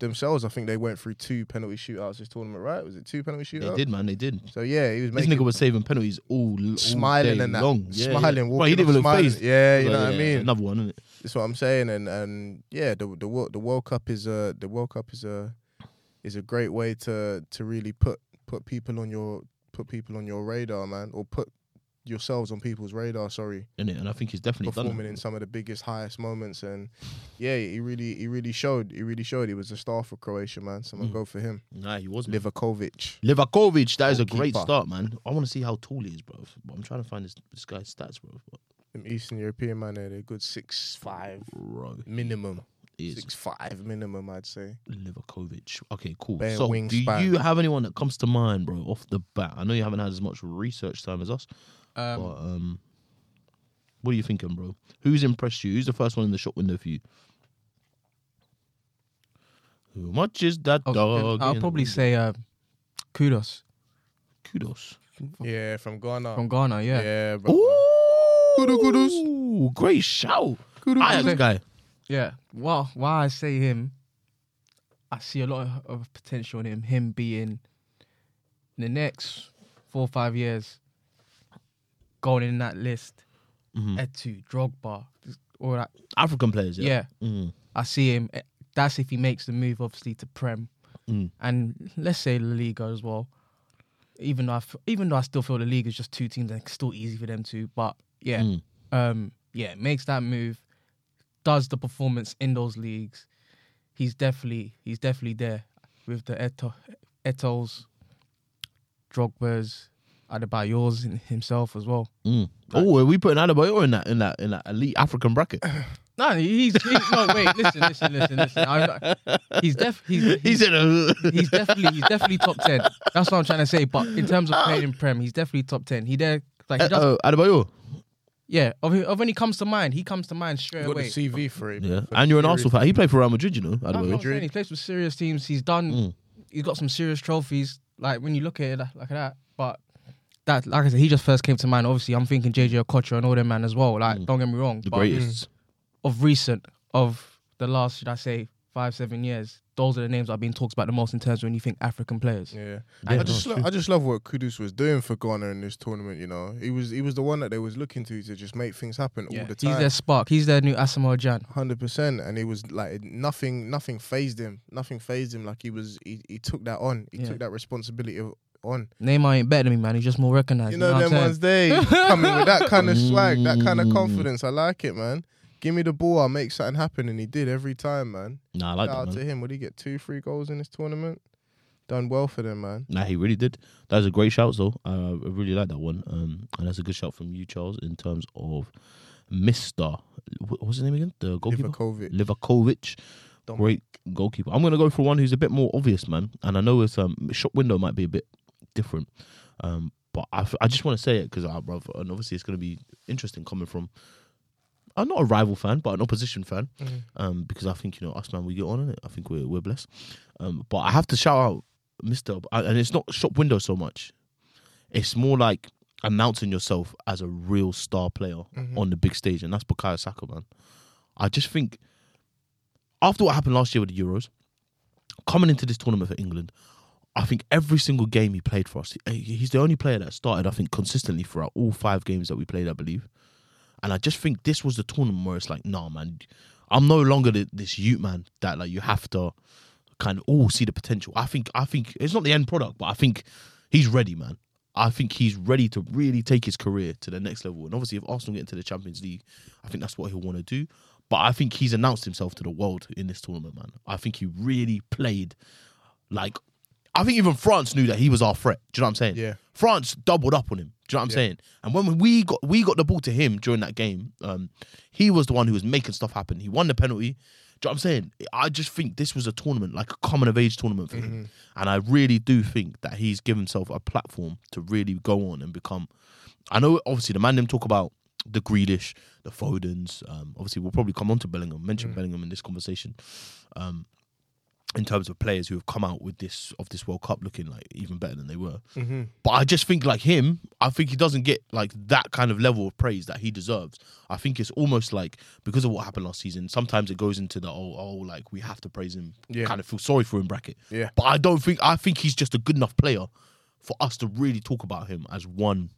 C: themselves, I think they went through two penalty shootouts this tournament, right? Was it two penalty shootouts?
A: they did, man. They did.
C: So yeah, he was
A: This
C: making
A: nigga was saving penalties all, all
C: smiling
A: day
C: and that,
A: long. Yeah, yeah.
C: smiling,
A: Bro, he
C: walking
A: didn't
C: off
A: even look
C: smiling.
A: phased.
C: Yeah, you know
A: But
C: what I
A: yeah,
C: mean.
A: Another one, isn't it?
C: That's what I'm saying, and and yeah, the the world the World Cup is a the World Cup is a is a great way to to really put put people on your put people on your radar, man, or put yourselves on people's radar. Sorry,
A: Isn't it? And I think he's definitely done
C: performing
A: it.
C: in some of the biggest, highest moments. And yeah, he really, he really showed. He really showed. He was a star for Croatia, man.
A: Mm.
C: Someone go for him.
A: Nah, he wasn't.
C: Livakovic.
A: Livakovic, that is a great
C: Goalkeeper.
A: start, man. I want to see how tall he is, bro. But I'm trying to find this, this guy's stats, bro. But,
C: Them Eastern European man, there, they're good six five
A: bro,
C: minimum.
A: he is
C: Six five minimum, I'd say.
A: Livakovic. Okay, cool.
C: Bare
A: so,
C: wingspan.
A: do you have anyone that comes to mind, bro, off the bat? I know you haven't had as much research time as us,
D: Um,
A: but um, what are you thinking, bro? Who's impressed you? Who's the first one in the shop window for you? Who much is that
D: I'll,
A: dog?
D: Oh, I'll
A: in-
D: probably say uh, kudos
A: kudos.
C: Yeah, from Ghana.
D: from Ghana. Yeah, yeah.
C: yeah, bro. Kudos, kudos.
A: Ooh, great shout! Ajax guy.
D: Well, why I say him, I see a lot of, of potential in him. Him being in the next four or five years, going in that list,
A: Mhm.
D: Etu, Drogba, all that.
A: African players, yeah. Mm,
D: Yeah, I see him. Eh, That's if he makes the move, obviously, to Prem,
A: Mm.
D: and let's say La Liga as well. Even though I, f- even though I still feel the league is just two teams, and it's still easy for them to. But yeah,
A: Mm.
D: um, yeah, makes that move, does the performance in those leagues. He's definitely he's definitely there with the Eto, Etos, Drogba's, Adebayor's in himself as well.
A: Mm. Oh, are we putting Adebayor in that in that in that elite African bracket?
D: No, he's, he's no wait. Listen, listen, listen, listen. I, he's def he's
A: He's in a
D: he's definitely he's definitely top ten. That's what I'm trying to say. But in terms of playing in Prem, he's definitely top ten. He there like he does,
A: uh, Adebayor.
D: yeah. Of, of when he comes to mind, he comes to mind straight
C: Got the
D: away.
C: CV for it.
A: Yeah,
C: For
A: and you're an
C: Fury.
A: Arsenal fan. He played for Real Madrid, you know.
C: Oh,
D: No, no, I'm
A: Adebayor.
D: saying he plays with serious teams. He's done.
A: Mm.
D: He's got some serious trophies. Like when you look at it like, like that, but. That, like I said, he just first came to mind. Obviously, I'm thinking JJ Okocha and all them man as well. Like, don't get me wrong,
A: Mm. The
D: but
A: greatest.
D: of recent, of the last, should I say, five seven years, those are the names I've been talked about the most in terms of when you think African players.
C: Yeah,
A: Yeah,
C: I just lo- I just love what Kudus was doing for Ghana in this tournament. You know, he was he was the one that they was looking to to just make things happen all the
D: He's
C: time.
D: their spark. He's their new Asamoah Jan.
C: Hundred percent, and it was like nothing. Nothing phased him. Nothing phased him. Like he was, he, he took that on. He
D: Yeah.
C: took that responsibility of- on.
D: Neymar ain't better than me, man. He's just more recognized.
C: You know, them
D: what I'm
C: ones
D: saying?
C: they coming with that kind of swag, that kind
A: Mm.
C: of confidence. I like it, man. Give me the ball, I'll make something happen, and he did every time, man.
A: Nah, I like
C: Shout
A: that. Man.
C: out to him. Would he get two, three goals in this tournament? Done well for them, man.
A: Nah, he really did. That was a great shout, though. I I really like that one. Um, and that's a good shout from you, Charles, in terms of Mister. What was his name again? The goalkeeper.
C: Livakovic.
A: Livakovic.
C: Dominic.
A: Great goalkeeper. I'm going to go for one who's a bit more obvious, man. And I know it's um shop window might be a bit different, um, but I, f- I just want to say it because I brother, and obviously it's going to be interesting coming from. I'm not a rival fan, but an opposition fan, um, because I think you know us man, we get on in it. I think we're we're blessed, um, but I have to shout out Mister, and it's not shop window so much. It's more like announcing yourself as a real star player on the big stage, and that's Bukayo Saka, man. I just think after what happened last year with the Euros, coming into this tournament for England, I think every single game he played for us, he- he's the only player that started, I think, consistently throughout all five games that we played, I believe. And I just think this was the tournament where it's like, nah, man, I'm no longer the, this Ute man that like you have to kind of all see the potential. I think, I think it's not the end product, but I think he's ready, man. I think he's ready to really take his career to the next level. And obviously, if Arsenal get into the Champions League, I think that's what he'll want to do. But I think he's announced himself to the world in this tournament, man. I think he really played like I think even France knew that he was our threat. Do you know what I'm saying?
C: Yeah.
A: France doubled up on him. Do you know what I'm saying? And when we got we got the ball to him during that game, um, he was the one who was making stuff happen. He won the penalty. Do you know what I'm saying? I just think this was a tournament, like a coming of age tournament for him. And I really do think that he's given himself a platform to really go on and become. I know, obviously, the man them talk about the Greedish, the Fodens. Um, obviously, we'll probably come on to Bellingham, mention Bellingham in this conversation. Um, in terms of players who have come out with this of this World Cup looking like even better than they were.
C: Mm-hmm.
A: But I just think like him, I think he doesn't get like that kind of level of praise that he deserves. I think it's almost like because of what happened last season, sometimes it goes into the oh oh like we have to praise him,
C: Yeah.
A: kind of feel sorry for him bracket.
C: Yeah.
A: But I don't think I think he's just a good enough player for us to really talk about him as one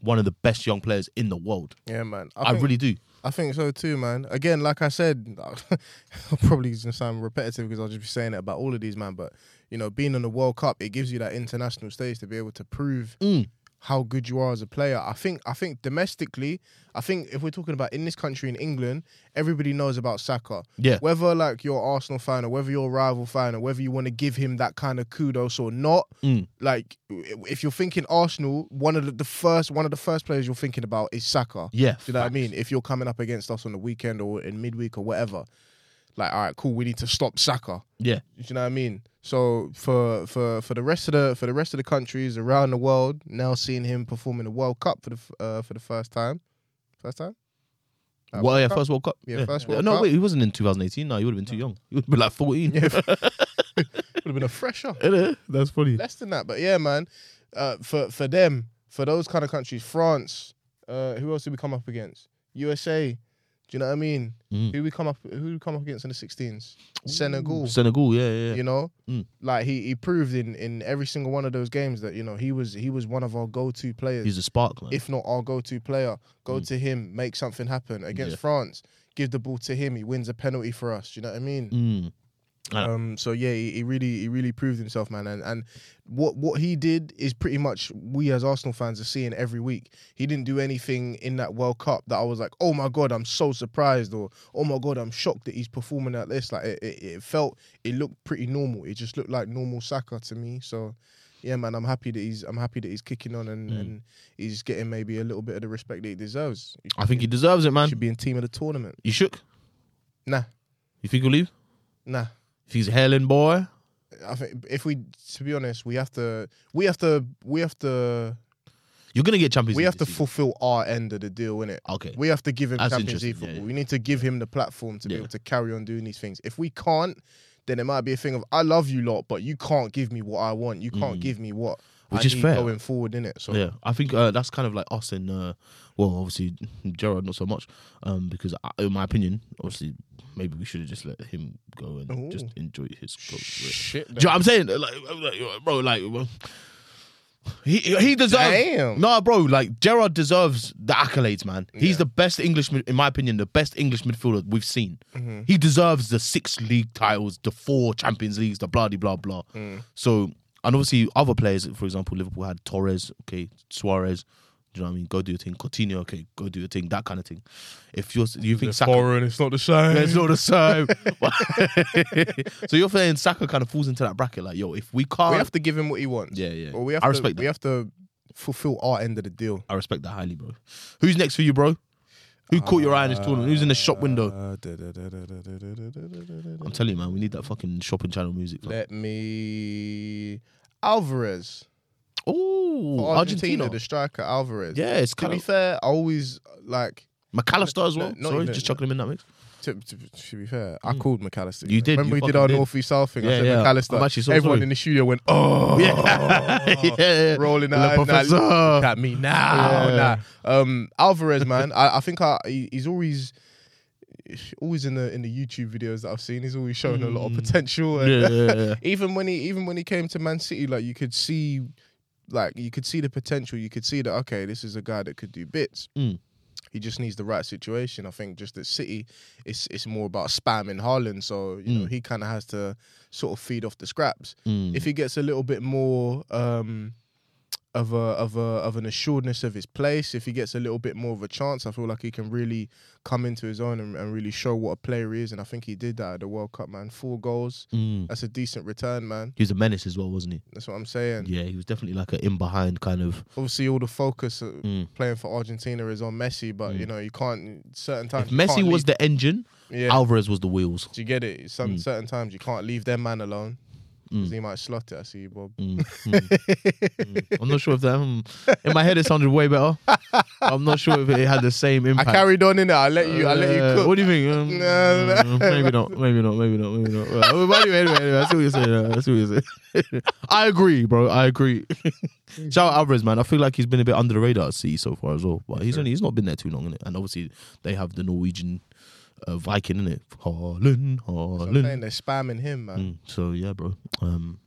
A: one of the best young players in the world.
C: Yeah, man.
A: I,
C: think-
A: really do.
C: I think so too, man. Again, like I said, I'm probably gonna sound repetitive because I'll just be saying it about all of these, man. But you know, being on the World Cup, it gives you that international stage to be able to prove
A: Mm.
C: how good you are as a player. I think, I think domestically, I think if we're talking about in this country in England, everybody knows about Saka.
A: Yeah.
C: Whether like you're Arsenal fan or whether you're a rival fan or whether you want to give him that kind of kudos or not,
A: Mm.
C: like if you're thinking Arsenal, one of the, the first one of the first players you're thinking about is Saka.
A: Yeah.
C: Do you know what I mean? If you're coming up against us on the weekend or in midweek or whatever, like, all right, cool, we need to stop Saka.
A: Yeah.
C: Do you know what I mean? So for for for the rest of the for the rest of the countries around the world, now seeing him perform in the World Cup for the f- uh, for the first time, first time. Uh,
A: well,
C: World
A: yeah,
C: Cup?
A: first World Cup.
C: Yeah, first World
A: no,
C: Cup.
A: wait, he wasn't in 2018. No, he would have been too young. He would have been like 14.
C: would have been a fresher.
A: Innit? Eh, That's funny.
C: less than that. But yeah, man, uh, for for them, for those kind of countries, France. Uh, who else did we come up against? USA. Do you know what I mean?
A: Mm.
C: Who we come up who we come up against in the 16s? Senegal.
A: Senegal, yeah, yeah. yeah.
C: You know,
A: Mm.
C: like he he proved in in every single one of those games that you know he was he was one of our go to players,
A: He's a spark, man.
C: if not our go to player. Go to him, make something happen against
A: Yeah.
C: France. Give the ball to him. He wins a penalty for us. Do you know what I mean?
A: Mm. Yeah.
C: Um, so yeah, he, he really he really proved himself, man. And and what what he did is pretty much we as Arsenal fans are seeing every week. He didn't do anything in that World Cup that I was like, oh my god, I'm so surprised, or oh my god, I'm shocked that he's performing at this. Like it, it, it felt, it looked pretty normal. It just looked like normal Saka to me. So. Yeah, man, I'm happy that he's I'm happy that he's kicking on and,
A: Mm.
C: and he's getting maybe a little bit of the respect that he deserves. He
A: I think he deserves it, man.
C: should be in team of the tournament.
A: You shook?
C: Nah,
A: You think he'll leave?
C: nah.
A: If he's hailing boy,
C: I think if we, to be honest, we have to, we have to, we have to,
A: you're going to get Champions
C: we
A: League
C: have to
A: this season.
C: fulfill our end of the deal, innit?
A: Okay.
C: We have to give him
A: That's
C: Champions League
A: interesting, yeah,
C: football.
A: yeah.
C: We need to give him the platform to
A: Yeah.
C: be able to carry on doing these things. If we can't, then it might be a thing of I love you lot, but you can't give me what I want. You can't give me what
A: Which
C: I
A: is
C: need
A: fair.
C: going forward, innit? So
A: Yeah, I think uh, that's kind of like us in, uh, well, obviously Gerard not so much, um, because I, in my opinion, obviously maybe we should have just let him go and
C: Ooh.
A: just enjoy his. Do
C: shit.
A: you know what I'm saying? Like, like, bro, like, well, he he deserves.
C: Damn.
A: No, bro, like Gerard deserves the accolades, man. He's the best English, mid- in my opinion, the best English midfielder we've seen. He deserves the six league titles, the four Champions Leagues, the bloody blah blah. So, and obviously other players, for example, Liverpool had Torres, okay, Suarez. Do you know what I mean? Go do your thing. Coutinho, okay, go do your thing. That kind of thing. If you're, you think Saka,
C: it's not the same.
A: it's not the same. so you're saying Saka kind of falls into that bracket, like, yo, if we can't,
C: we have to give him what he wants.
A: yeah, yeah.
C: Or we have
A: I
C: to,
A: respect that.
C: We have to fulfill our end of the deal.
A: I respect that highly, bro. Who's next for you, bro? Who caught your eye in this tournament? Who's in the shop window?
C: Uh, da- da- da- da- da- da- da- da- da- da- da-
A: I'm telling you, man, we need that fucking shopping channel music. fam.
C: Let me Alvarez.
A: Oh,
C: Argentina,
A: Argentina.
C: the striker Alvarez.
A: Yeah, it's
C: To
A: kind
C: be
A: of
C: fair, I always like
A: McAllister as well.
C: No, not
A: Sorry,
C: even-
A: just chucking him in that mix.
C: to, to, to be fair, I called McAllister.
A: Mm. You did,
C: Remember
A: you
C: we did
A: fucking
C: our
A: did.
C: north east south thing.
A: Yeah,
C: I said
A: yeah.
C: McAllister.
A: I'm actually so
C: Everyone
A: sorry.
C: in the studio went, oh,
A: yeah, yeah.
C: rolling
A: Le
C: out.
A: Professeur.
C: Look at me now.
A: Yeah.
C: Nah. Um, Alvarez, man, I, I think I, he- he's always. Always in the in the YouTube videos that I've seen, he's always showing a lot of potential. and-
A: Mm. Yeah, yeah, yeah.
C: even when he even when he came to Man City, like you could see, like you could see the potential. You could see that okay, this is a guy that could do bits.
A: Mm.
C: He just needs the right situation. I think just at City, it's it's more about spamming Haaland. So you know he kind of has to sort of feed off the scraps.
A: Mm. Mm.
C: If he gets a little bit more. um of a of a of an assuredness of his place. If he gets a little bit more of a chance, I feel like he can really come into his own and, and really show what a player he is. And I think he did that at the World Cup, man. Four goals.
A: Mm.
C: That's a decent return, man.
A: He was a menace as well, wasn't he?
C: That's what I'm saying.
A: Yeah, he was definitely like an in behind kind of.
C: Obviously, all the focus uh,
A: Mm.
C: playing for Argentina is on Messi, but
D: Mm.
C: you know you can't. Certain
A: If
C: times you
A: Messi
C: can't
A: was
C: leave-
A: the engine,
C: yeah.
A: Alvarez was the wheels.
C: Do you get it? Some
D: Mm.
C: certain times you can't leave their man alone because
A: Mm.
C: he might slot it. I see you, Bob.
A: Mm, mm, mm. I'm not sure if that. um, in my head, it sounded way better. I'm not sure if it had the same
C: I
A: impact.
C: carried on in it. I let you. I let you
A: Uh,
C: cook.
A: What do you think? Um,
C: No, no, no.
A: uh, Maybe not. Maybe not. Maybe not. Maybe not. Well, but anyway, anyway, anyway, I see what you're saying. uh, I see what you're saying. I agree, bro. I agree. Shout out Alvarez, man. I feel like he's been a bit under the radar at City so far as well. But he's only he's not been there too long, innit? And obviously they have the Norwegian uh, Viking in it. Haaland,
C: So I'm saying
A: Haaland.
C: they're spamming him, man.
A: Mm, So yeah, bro. Um,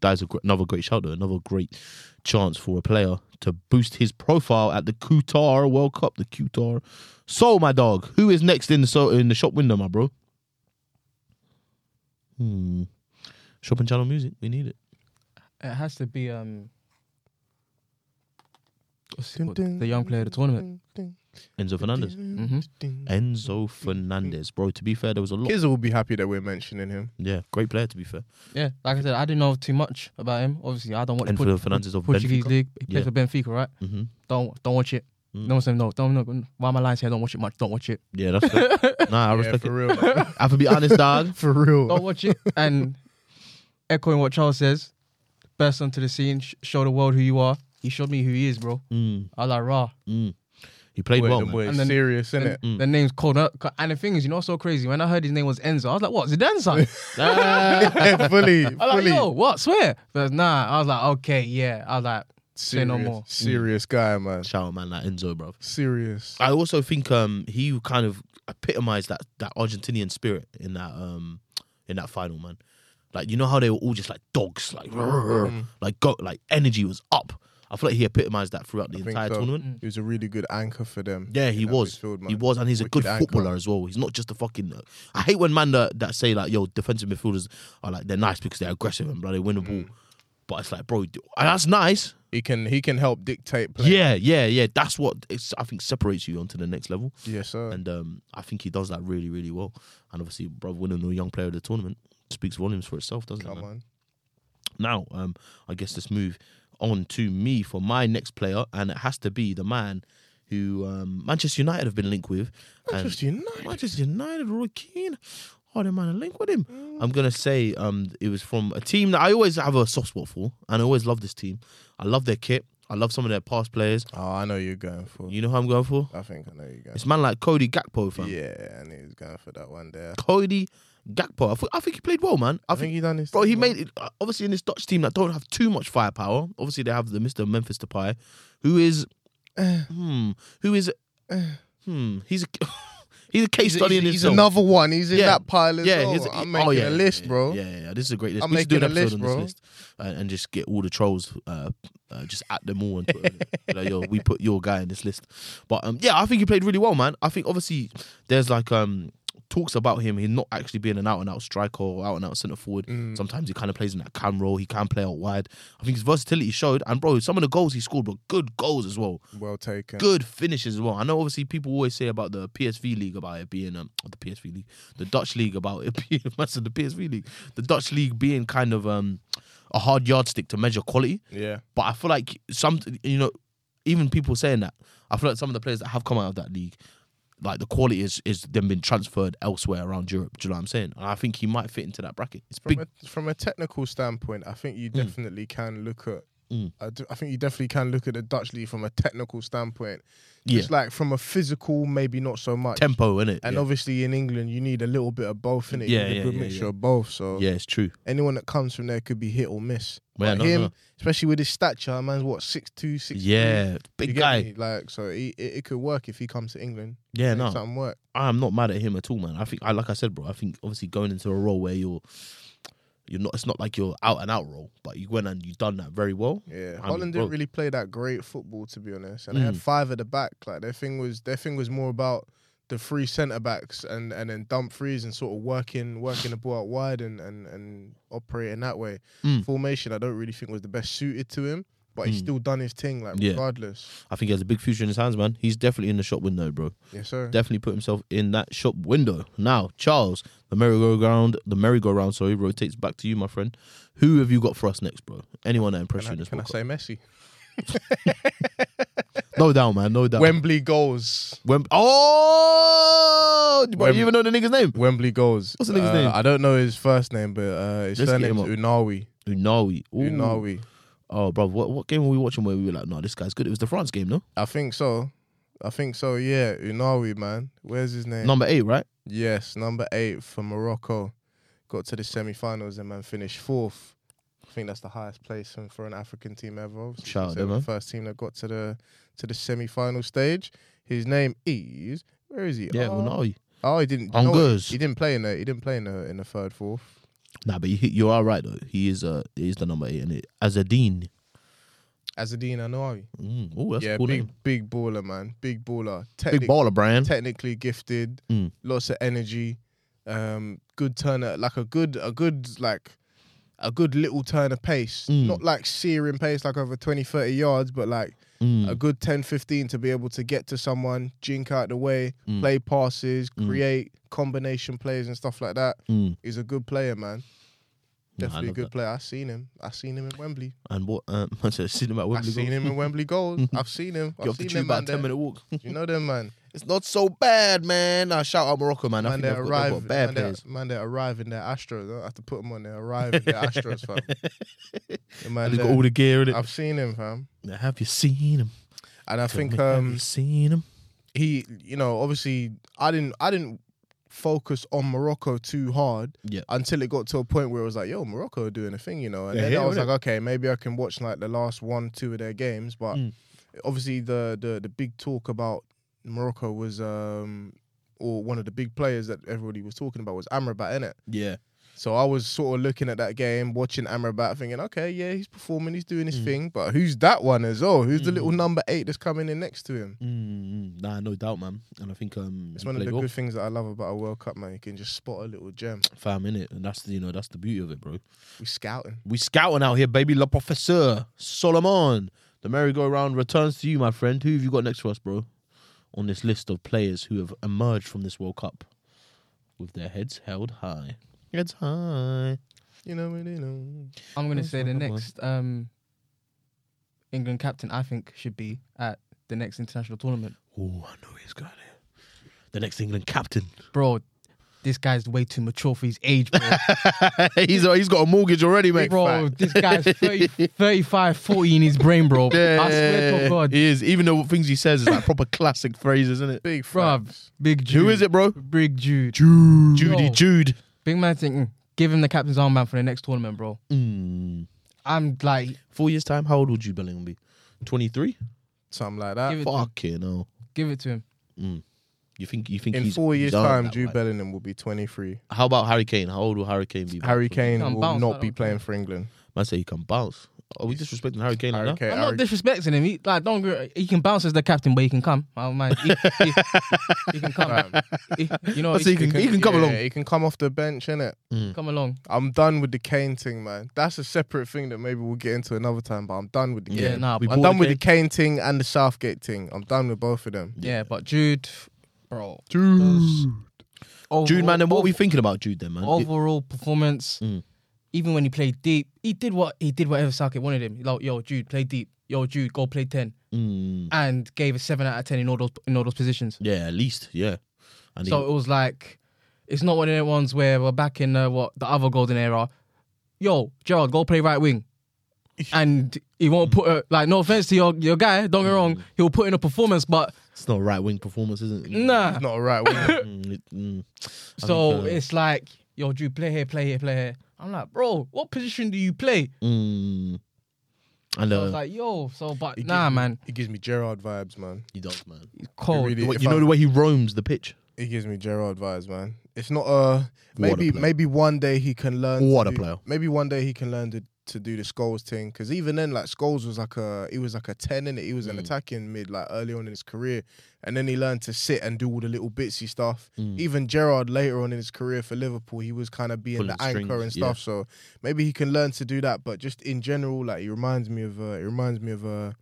A: that is a gr- another great shout, though. Another great chance for a player to boost his profile at the Qatar World Cup. The Qatar. So, my dog, who is next in the so in the shop window, my bro? Hmm. Shopping channel music. We need it.
D: It has to be um. what's it
C: Dun,
D: called?
C: dun,
D: the young player of the tournament. Mm-hmm.
C: dun, dun,
A: Enzo Fernandez.
C: dun, dun.
A: Enzo Fernandez, bro. To be fair, there was a lot.
C: Kids will be happy that we're mentioning him.
A: Yeah, great player. To be fair,
D: Yeah, like I said, I didn't know too much about him. Obviously, I don't watch
A: Enzo Fernandez of
D: Portuguese
A: Benfica.
D: league. He plays
A: Yeah.
D: for Benfica, right?
A: hmm
D: Don't don't watch it.
A: Mm.
D: No one's saying no. Don't no. Why am I lying? Saying don't watch it much. Don't watch it.
A: Yeah, that's fair. nah. I
C: Yeah,
A: respect
C: for
A: it.
C: real. man.
A: I have to be honest, dog.
C: for real.
D: Don't watch it. and echoing what Charles says, burst onto the scene, sh- show the world who you are. He showed me who he is, bro.
A: Mm,
D: I like raw.
A: mm. He played
C: Wait,
A: well.
C: the
A: man.
C: boy is
D: And then-
C: serious,
D: And
C: innit?
A: Mm.
D: The name's called up. And the thing is, you know, what's so crazy. When I heard his name was Enzo, I was like, what? Zidane's son?
A: Ah.
C: Yeah, fully,
D: I was like,
C: fully.
D: yo, what? Swear. But nah, I was like, okay, yeah. I was like, say
C: serious,
D: no more. Mm.
C: serious guy, man.
A: Shout out, man, like Enzo, bro.
C: Serious.
A: I also think um he kind of epitomized that that Argentinian spirit in that um in that final, man. Like you know how they were all just like dogs, like
C: Mm.
A: like go, like energy was up. I feel like he epitomized that throughout the
C: think
A: entire
C: so.
A: tournament.
C: He was a really good anchor for them.
A: Yeah, he
C: in that
A: was.
C: midfield, man.
A: he was, and he's a
C: Wicked
A: good
C: anchor.
A: footballer as well. He's not just a fucking. uh, I hate when man that, that say like, "Yo, defensive midfielders are like they're nice because they're aggressive and blah, they win the
C: Mm.
A: ball." But it's like, bro, d- that's nice.
C: He can he can help dictate play.
A: Yeah, yeah, yeah. That's what it's, I think separates you onto the next level.
C: Yes, sir.
A: And um, I think he does that really, really well. And obviously, bro, winning the young player of the tournament speaks volumes for itself, doesn't it?
C: Come
A: man?
C: on.
A: Now, um, I guess let's move on to me for my next player, and it has to be the man who um, Manchester United have been linked with. and-
C: Manchester United.
A: Manchester United, Roy Keane. Oh, they might have linked with him.
C: Mm.
A: I'm gonna say um, it was from a team that I always have a soft spot for, and I always love this team. I love their kit. I love some of their past players.
C: Oh, I know you're going for.
A: You know who I'm going for?
C: I think I know you're going.
A: It's man like Cody Gakpo,
C: For.
A: fam.
C: Uh, Yeah, and he's going for that one there.
A: Cody Gakpo. I, thi- I think he played well, man. I,
C: I
A: think,
C: think he done his.
A: bro,
C: thing,
A: he
C: man.
A: made it. uh, Obviously, in this Dutch team that don't have too much firepower. Obviously, they have the Mister Memphis Depay, who is, hmm, who is, hmm, he's a, he's a case
C: He's,
A: study in
C: he's
A: himself.
C: another one. He's in
A: Yeah.
C: that pile as
A: yeah,
C: well.
A: he's a-
C: I'm
A: oh,
C: making
A: yeah,
C: a
A: yeah,
C: list,
A: yeah,
C: bro.
A: Yeah, yeah, this is a great list.
C: I'm
A: we should do an
C: making a
A: episode on
C: list,
A: this
C: bro.
A: list uh, and just get all the trolls, uh, uh, just at them all and Twitter. like, yo, we put your guy in this list. But um, yeah, I think he played really well, man. I think obviously there's like um talks about him, him not actually being an out and out striker or out and out centre forward.
C: Mm.
A: Sometimes he kind of plays in that cam role. He can play out wide. I think his versatility showed, and bro, some of the goals he scored were good goals as well
C: Well taken.
A: good finishes as well. I know obviously people always say about the PSV league about it being um the PSV league, the Dutch league about it being massive the PSV league, the Dutch league being kind of um a hard yardstick to measure quality.
C: Yeah.
A: But I feel like some you know even people saying that I feel like some of the players that have come out of that league. Like the quality is is then been transferred elsewhere around Europe. Do you know what I'm saying? And I think he might fit into that bracket. It's
C: From
A: big.
C: a, from a technical standpoint, I think
A: Hmm.
C: you definitely can look at.
A: Mm.
C: I, do- I think you definitely can look at the Dutch league from a technical standpoint.
A: Yeah.
C: It's like from a physical, maybe not so much.
A: tempo in it.
C: and
A: yeah.
C: obviously in England, you need a little bit of both in it.
A: Yeah,
C: you need
A: yeah,
C: a good
A: yeah,
C: mixture
A: yeah.
C: of both. So
A: yeah, it's true.
C: anyone that comes from there could be hit or miss.
A: Yeah,
C: But
A: no,
C: him,
A: no.
C: especially with his stature, man's what six two, six.
A: Yeah, big guy.
C: Like so, he, it, it could work if he comes to England.
A: Yeah,
C: Make
A: no.
C: something work.
A: I'm not mad at him at all, man. I think, I like I said, bro. I think obviously going into a role where you're, you're not. It's not like you're out and out role, but you went and you done that very well.
C: Yeah,
A: mean, Mm.
C: Holland
A: bro.
C: didn't really play that great football to be honest, and they had five at the back. Like their thing was their thing was more about the three centre backs and and then dump frees and sort of working working the ball out wide and and and operating that way.
A: Mm. Mm.
C: Formation I don't really think was the best suited to him. but he's still done his thing, like
A: Yeah.
C: regardless.
A: I think he has a big future in his hands, man. He's definitely in the shop window, bro.
C: Yes, sir.
A: Definitely put himself in that shop window. Now, Charles, the merry-go-round, the merry-go-round, sorry, rotates back to you, my friend. Who have you got for us next, bro? Anyone that impressed you in
C: can I,
A: this
C: can I
A: World Cup?
C: say Messi?
A: No doubt, man. No doubt.
C: Wembley goals.
A: Wem- oh, bro,
C: Wem-
A: you even know the nigga's name?
C: Wembley goals.
A: What's the nigga's
C: Uh,
A: name?
C: I don't know his first name, but uh, his
A: Let's get
C: surname's
A: him up.
C: Unawi.
A: Unawi. Ooh.
C: Unawi.
A: Oh, bro, what, what game were we watching where we were like, no, this guy's good? It was the France game, no?
C: I think so. I think so. Yeah, Unawi, man. Where's his name?
A: Number eight, right?
C: Yes, number eight for Morocco. Got to the semi-finals and man finished fourth. I think that's the highest place in- for an African team ever. obviously,
A: Shout out
C: considering
A: them,
C: the first team that got to the to the semi-final stage. His name is where is he?
A: Yeah,
C: oh,
A: Unawi.
C: oh, he didn't.
A: On
C: no,
A: goals.
C: he didn't play in the. He didn't play in the in the third, fourth.
A: Nah, but you, you are right, though. He is uh, he is the number eight, and it as a dean.
C: Azadine Anwari.
A: Mm. Oh, that's
C: Yeah,
A: a cool
C: big
A: name.
C: big baller, man. Big baller.
A: Big
C: Technic-
A: baller, Brian.
C: technically gifted,
A: Mm.
C: lots of energy, um, good turn of, like a good a good like a good little turn of pace.
A: Mm.
C: Not like searing pace like over 20, 30 yards, but like
A: Mm.
C: a good 10, 15 to be able to get to someone, jink out the way,
A: Mm.
C: play passes,
A: Mm.
C: create combination plays and stuff like that.
A: Mm.
C: He's a good player, man.
A: Nah, I
C: Definitely a
A: love
C: good
A: that.
C: player. I seen him. I seen him in Wembley.
A: And what? Um, I seen him at
C: I've
A: Wembley.
C: seen
A: goals.
C: him in Wembley goals. I've seen him.
A: Get
C: I've
A: off the
C: seen
A: tube
C: him
A: about a
C: man.
A: ten
C: there.
A: minute walk.
C: You know them man.
A: It's not so bad, man. Nah, shout out Morocco, man. I think
C: Man, they
A: they've got, they've
C: arrive.
A: got bad
C: man,
A: players.
C: They, man, they arrive in their Astros. I have to put them on their arrive in their Astros, fam. The man
A: And he's got
C: there.
A: all the gear in it.
C: I've seen him, fam,
A: Have you seen him?
C: and I think
A: Have
C: um
A: you seen him?
C: he, you know, obviously, I didn't, I didn't focus on Morocco too hard
A: Yeah.
C: until it got to a point where it was like, yo, Morocco are doing a thing, you know, and
A: They're
C: then
A: here,
C: I was
A: innit?
C: like, okay, maybe I can watch like the last one, two of their games, but
A: Mm.
C: obviously the the the big talk about Morocco was um or one of the big players that everybody was talking about was Amrabat, innit?
A: Yeah.
C: So I was sort of looking at that game, watching Amrabat, thinking, okay, yeah, he's performing, he's doing his
D: Mm.
C: thing, but who's that one as well? Who's the little number eight that's coming in next to him?
A: Mm, nah, no doubt, man. And I think um,
C: It's
A: he
C: one of
A: played
C: the
A: well.
C: good things that I love about a World Cup, man. You can just spot a little gem.
A: fam in it, and that's the, you know that's the beauty of it, bro.
C: We scouting.
A: We scouting out here, baby. La Professeur Solomon, the merry-go-round returns to you, my friend. Who have you got next for us, bro? On this list of players who have emerged from this World Cup with their heads held high. Heads high.
C: You know, you know.
D: I'm gonna
A: That's
D: say the
A: not bad.
D: next um, England captain I think should be at the next international tournament.
A: Oh, I know he's got it. The next England captain.
D: Bro, this guy's way too mature for his age, bro.
A: he's he's got a mortgage already, mate.
D: bro, this guy's 30, 35, 40 in his brain, bro. I swear to God.
A: He is. Even though things he says is like proper classic phrases, isn't it?
C: Big
D: Bruv,
C: facts.
D: big Jude.
A: Who is it, bro?
D: Big Jude.
A: Jude. Judy
D: Bro.
A: Jude.
D: Big man thinking, give him the captain's armband for the next tournament, bro.
A: Mm.
D: I'm like,
A: Four years time, how old would Jude Bellingham be? Twenty three.
C: Something like
A: Uh,
C: that.
D: Give it-
A: Fucking hell.
D: give it to him.
A: You think you think
C: in
A: he's-
C: four
A: he's
C: years'
A: earned
C: time,
A: that
C: Jude
A: right?
C: Bellingham will be 23.
A: How about Harry Kane? How old will Harry Kane be?
C: Harry Kane
D: Come
C: will
D: bounce, I
C: not be
D: don't
C: playing for England.
A: Man say he can bounce. Are we disrespecting Harry Kane
C: Harry
A: like that?
C: Kane,
D: I'm
C: Harry-
D: not disrespecting him. He, like, don't agree. he can bounce as the captain, but he can come. I don't mind. He, he- he can come. He- you know,
A: I
D: he,
A: say Oh, he
D: can
A: can, he can come
C: yeah,
A: along.
C: He can come off the bench, innit?
D: come along.
C: I'm done with the Kane thing, man. That's a separate thing that maybe we'll get into another time, but I'm done with the
D: Yeah,
C: Kane.
D: nah.
A: we
D: But
A: bought
C: I'm done with the Kane thing and the Southgate thing. I'm done with both of them.
D: yeah, but Jude, bro.
A: Jude.
D: Overall,
A: Jude, man, and what are we
D: ov-
A: thinking about Jude then, man?
D: overall performance?
A: Mm.
D: Even when he played deep, he did what he did whatever Southgate wanted him. Like, yo, Jude, play deep. Yo, Jude, go play ten,
A: Mm,
D: and gave a seven out of ten in all those in all those positions.
A: yeah, at least, yeah. And
D: So it was like, it's not one of the ones where we're back in uh, what the other golden era. Yo, Gerald, go play right wing, and he won't put a, like no offense to your your guy. Don't get me wrong, he'll put in a performance, but
A: he, it's not right wing performance, isn't it?
D: nah.
C: It's not all right. winger.
A: Mm, it- mm. I
D: So
A: think, uh,
D: it's like, yo, Drew, play here, play here, play here. I'm like, bro, what position do you play?
A: mm. And
D: I was
A: uh,
D: like, yo, so but
C: It
D: nah,
C: gives me-
D: man,
C: It gives me Gerard vibes, man.
A: he does, man.
D: it's cold.
C: really-
A: The way-
C: if
A: you know
C: I-
A: the way he roams the pitch.
C: It gives me Gerard vibes, man. It's not a
A: What a
C: maybe
A: player.
C: maybe one day he can learn. to
A: What a
C: do-
A: player.
C: Maybe one day he can learn to to do the Skulls thing because even then, like Skulls was like a he was like a ten in it. He was
A: Mm.
C: an attacking mid like early on in his career, and then he learned to sit and do all the little bitsy stuff.
A: Mm.
C: Even Gerard later on in his career for Liverpool, he was kind of being the
A: Pulling strings,
C: anchor and stuff. So maybe he can learn to do that. But just in general, like he reminds me of uh, he reminds me of a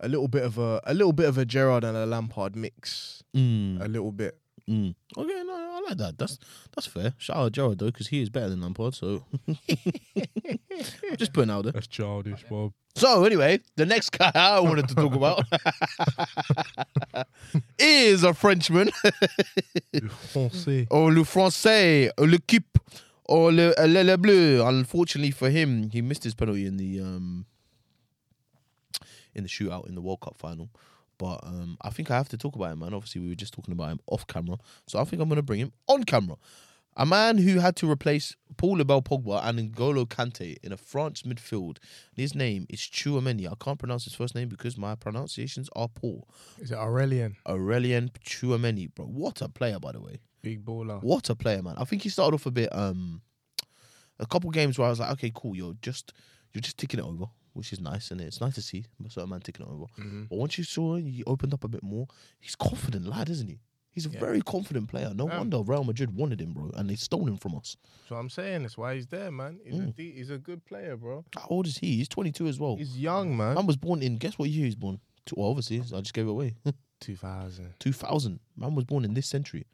C: a little bit of a a little bit of a Gerard and a Lampard mix.
A: Mm,
C: A little bit.
A: mm. Okay, no, no, I like that. That's that's fair. Shout out Gerard though, because he is better than Lampard. So just putting out there.
E: That's childish, Bob.
A: So anyway, the next guy I wanted to talk about is a Frenchman,
E: Français.
A: or Oh, le Français, or le Kip, or le, euh, le, le Bleu. Unfortunately for him, he missed his penalty in the um in the shootout in the World Cup final. But um, I think I have to talk about him, man. Obviously, we were just talking about him off camera, so I think I'm gonna bring him on camera. A man who had to replace Paul Lebel Pogba and N'Golo Kante in a France midfield. His name is Chouameni. I can't pronounce his first name because my pronunciations are poor.
C: Is it Aurelian?
A: Aurelien Chouameni, bro. What a player, by the way.
C: Big baller.
A: What a player, man. I think he started off a bit um a couple games where I was like, okay, cool, you're just you're just ticking it over, which is nice, and it's nice to see a certain man ticking it over.
C: Mm-hmm.
A: But once you saw him, he opened up a bit more. He's confident, lad, isn't he? He's a very confident player. No
C: Yeah.
A: wonder Real Madrid wanted him, bro, and they stole him from us.
C: So I'm saying that's why he's there, man. He's a de- he's a good player, bro.
A: How old is he? He's 22 as well.
C: He's young, man.
A: man was born in guess what year he was born? Two- Well, obviously, I just gave it away.
C: 2000.
A: 2000. Man was born in this century.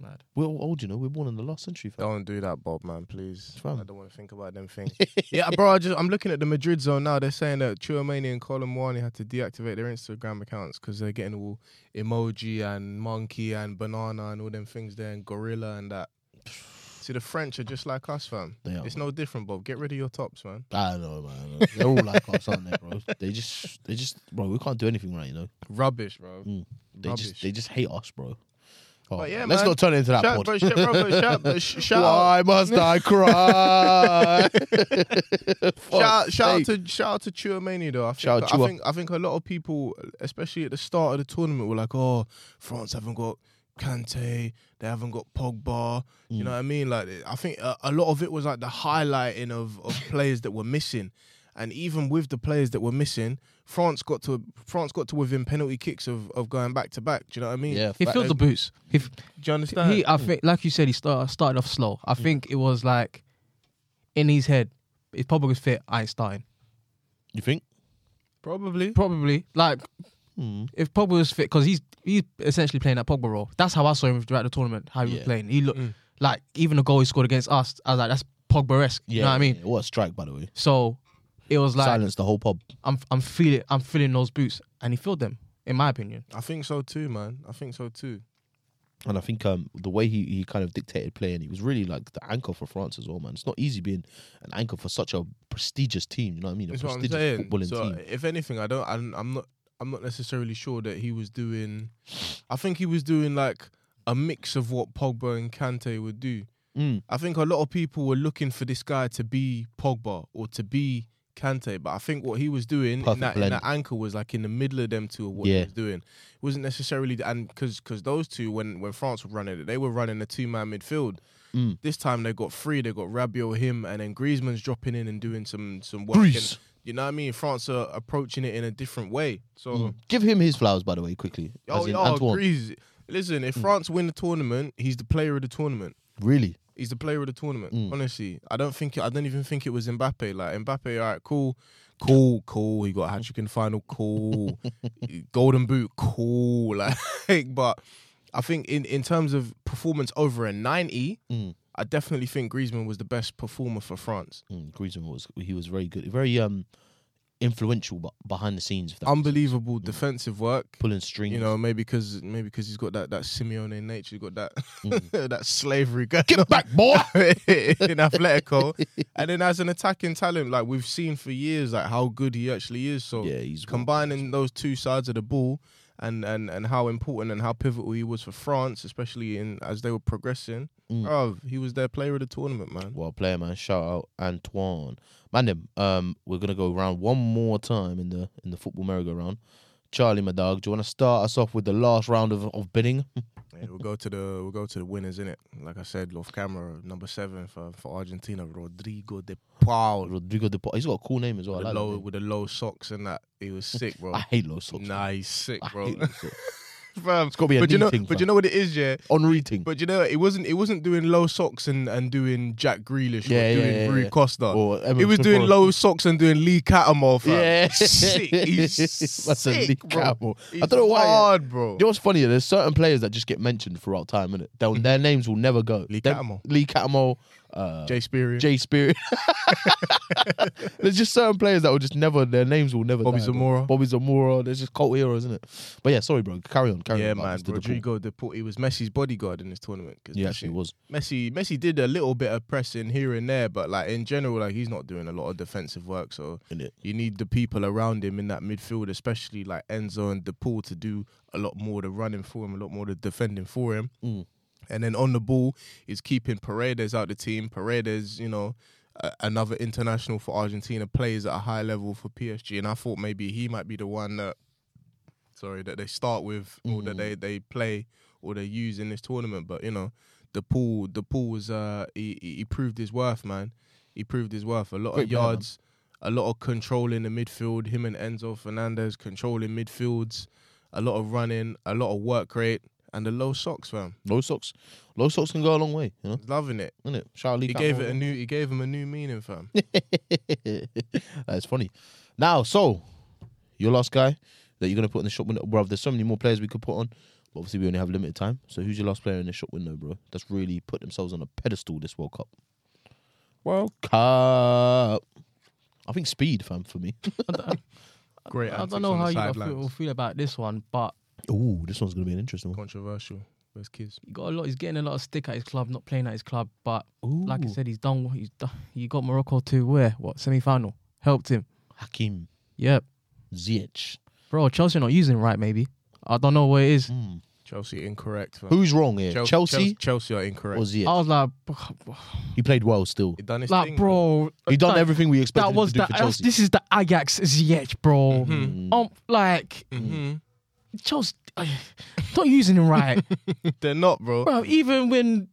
D: Mad.
A: We're all old, you know. We're born in the last century. fam.
C: Don't do that, Bob, man, please.
A: fam.
C: I don't want to think about them things. yeah, bro, I just, I'm looking at the Madrid zone now. They're saying that Chouamani and Colomwani had to deactivate their Instagram accounts because they're getting all emoji and monkey and banana and all them things there and gorilla and that. See, the French are just like us, fam.
A: They are,
C: it's no different, Bob. Get rid of your tops, man.
A: I know, man. They're all like us, aren't they, bro? They just, they just, bro. We can't do anything right, you know.
C: Rubbish, bro.
A: Mm. They just,
C: Rubbish.
A: they just hate us, bro. Oh,
C: But yeah,
A: let's
C: man.
A: not turn it into that
C: Shout,
A: pod.
C: bro, shout, bro, bro, shout, bro, sh- shout out,
A: Why must I cry?
C: shout, out- shout out to shout out to Chouamani though. I think,
A: Shout out
C: I
A: Chua.
C: think I think a lot of people, especially at the start of the tournament, were like, "Oh, France haven't got Kante, they haven't got Pogba."
A: Mm.
C: You know what I mean? Like, I think a, a lot of it was like the highlighting of of players that were missing, and even with the players that were missing, France got to France got to within penalty kicks of of going back to back. Do you know what I mean?
A: yeah, uh,
D: He
A: fact.
D: filled the boots. He, f-
C: Do you understand?
D: he I think, like you said, he start, started off slow. I think it was like in his head. If Pogba was fit, I ain't starting.
A: you think?
C: Probably.
D: Probably like
A: Hmm.
D: if Pogba was fit, because he's he's essentially playing that Pogba role. That's how I saw him throughout the tournament. How he
A: Yeah.
D: was playing. He looked like even the goal he scored against us. I was like, that's Pogba esque.
A: Yeah,
D: you know what I mean?
A: yeah, What a strike, by the way.
D: So it was like
A: Silence the whole pub.
D: I'm I'm feeling I'm feeling those boots, and he filled them. In my opinion,
C: I think so too, man. I think so too.
A: And I think um, the way he, he kind of dictated play, and he was really like the anchor for France as well, man. It's not easy being an anchor for such a prestigious team. You know what I mean? A
C: That's what I'm
A: prestigious
C: saying.
A: footballing
C: So
A: team.
C: if anything, I don't. I'm, I'm not. I'm not necessarily sure that he was doing. I think he was doing like a mix of what Pogba and Kante would do.
A: Mm.
C: I think a lot of people were looking for this guy to be Pogba or to be Kante, but I think what he was doing in
A: Perfect
C: that, in
A: blend.
C: that anchor was like in the middle of them two of what he
A: Yeah.
C: was doing. It wasn't necessarily the- and because because those two when when France were running it, they were running a two man midfield.
A: Mm.
C: This time they got three. They got Rabiot, him, and then Griezmann's dropping in and doing some some work. and-
A: Greece.
C: you know what I mean? France are approaching it in a different way. So,
A: Mm. Give him his flowers, by the way, quickly.
C: oh,
A: as in
C: yeah,
A: Antoine. Mm.
C: Greece. Listen, if France win the tournament, he's the player of the tournament.
A: Really?
C: He's the player of the tournament.
A: Mm.
C: Honestly, I don't think I don't even think it was Mbappe. Like Mbappe, all right, cool, cool, cool. He got a hat trick in the final, cool. Golden boot, cool. Like, but I think in in terms of performance over a ninety,
A: Mm.
C: I definitely think Griezmann was the best performer for France.
A: Mm, Griezmann was he was very good, very um influential but behind the scenes. If that makes sense. Mm.
C: Unbelievable defensive work.
A: pulling strings.
C: You know, maybe because maybe because he's got that that Simeone nature, he's got that that slavery going on
A: Mm. back boy.
C: in Atletico, and then as an attacking talent, like we've seen for years, like how good he actually is. So
A: Yeah, he's
C: combining those two sides of the ball, and and and how important and how pivotal he was for France, especially in as they were progressing.
A: Mm.
C: Oh, he was their player of the tournament, man.
A: Well, player man, shout out Antoine. Man, them, um, we're gonna go round one more time in the in the football merry-go-round. Charlie, my dog, do you want to start us off with the last round of, of bidding?
C: Yeah, we'll go to the we'll go to the winners, innit? Like I said, off camera, number seven for, for Argentina, Rodrigo de Paul.
A: Oh, Rodrigo de Paul. He's got a cool name as well.
C: With
A: I, like
C: the
A: that
C: low
A: name.
C: with the low socks and that. He was sick, bro.
A: I hate low socks.
C: nah, he's sick,
A: I
C: bro.
A: hate low socks.
C: Fam,
A: gotta be a
C: but you
A: knee
C: know,
A: thing,
C: but
A: fam.
C: you know what it is, yeah.
A: Henri thing.
C: But you know, it wasn't it wasn't doing low socks and, and doing Jack Grealish
A: Yeah,
C: or
A: yeah,
C: doing
A: yeah,
C: Rui
A: yeah.
C: Costa.
A: Or Emma
C: uh, he was
A: Smith
C: doing
A: Rowe.
C: low socks and doing Lee Catamore, fam.
A: Yeah.
C: sick. He's
A: That's a Lee
C: sick, bro.
A: Catamore. I
C: He's
A: don't know why, yeah.
C: hard, bro.
A: You know what's funny? There's certain players that just get mentioned throughout time, innit? Their, their names will never go.
C: Lee
A: Them-
C: Catamore.
A: Lee Catamore, uh,
C: Jay Spears,
A: Jay Spirit. There's just certain players that will just never, their names will never
C: Bobby
A: die, bro.
C: Zamora.
A: Bobby Zamora. There's just cult heroes, isn't it? But yeah, sorry, bro. Carry on. Carry
C: Yeah,
A: on. about
C: man.
A: Mr. Deport.
C: Rodrigo Deport. He was Messi's bodyguard in this tournament. 'cause
A: He
C: Messi-
A: actually was.
C: Messi, Messi did a little bit of pressing here and there, but like in general, like he's not doing a lot of defensive work. So
A: Innit?
C: you need the people around him in that midfield, especially like Enzo and Depaul, to do a lot more of the running for him, a lot more of the defending for him.
A: Mm.
C: And then on the ball is keeping Paredes out the team. Paredes, you know, a- another international for Argentina, plays at a high level for PSG, and I thought maybe he might be the one that, sorry, that they start with or
A: Mm-hmm.
C: that they they play or they use in this tournament. But you know, the pool, the pool was uh, he he he proved his worth, man. He proved his worth. A lot
A: Great
C: of
A: player, man.
C: yards, a lot of control in the midfield. Him and Enzo Fernandez controlling midfields, a lot of running, a lot of work rate, and the low socks, fam.
A: Low socks. Low socks can go a long way, you know?
C: Loving it.
A: Isn't it? Shout out Lee
C: He gave it
A: Catamore.
C: a new. He gave him a new meaning, fam.
A: That's funny. Now, so your last guy that you're gonna put in the shop window, bro. There's so many more players we could put on, but obviously we only have limited time. So who's your last player in the shop window, bro? That's really put themselves on a pedestal this World Cup. World Cup. I think speed, fam, for me.
C: Great.
D: I
C: antics
D: don't know
C: on the
D: how you lot
C: sidelines.
D: feel, feel about this one, but
A: Ooh, this one's gonna be an interesting one.
C: Controversial. Where's kids?
D: he got a lot. He's getting a lot of stick at his club, not playing at his club. But
A: Ooh,
D: like I said, he's done. what He's done. He got Morocco to where what semi final helped him.
A: Hakim
D: Yep,
A: Ziyech.
D: bro. Chelsea not using right. Maybe I don't know what it is.
A: Mm.
C: Chelsea incorrect. Fam.
A: Who's wrong here?
C: Chel-
A: Chelsea,
C: Chel- Chelsea are incorrect.
A: or Ziyech?
D: I was like,
A: he played well still.
C: He done his
D: like
C: thing.
D: bro,
A: He done
D: that-
A: everything we expected
D: That was
A: him to do
D: the.
A: for
D: that's-
A: Chelsea. Mm-hmm.
D: This is the Ajax Ziyech, bro.
C: Mhm.
D: Um, like
C: hmm
D: Chelsea, not using him right.
C: They're not, bro.
D: bro. Even when,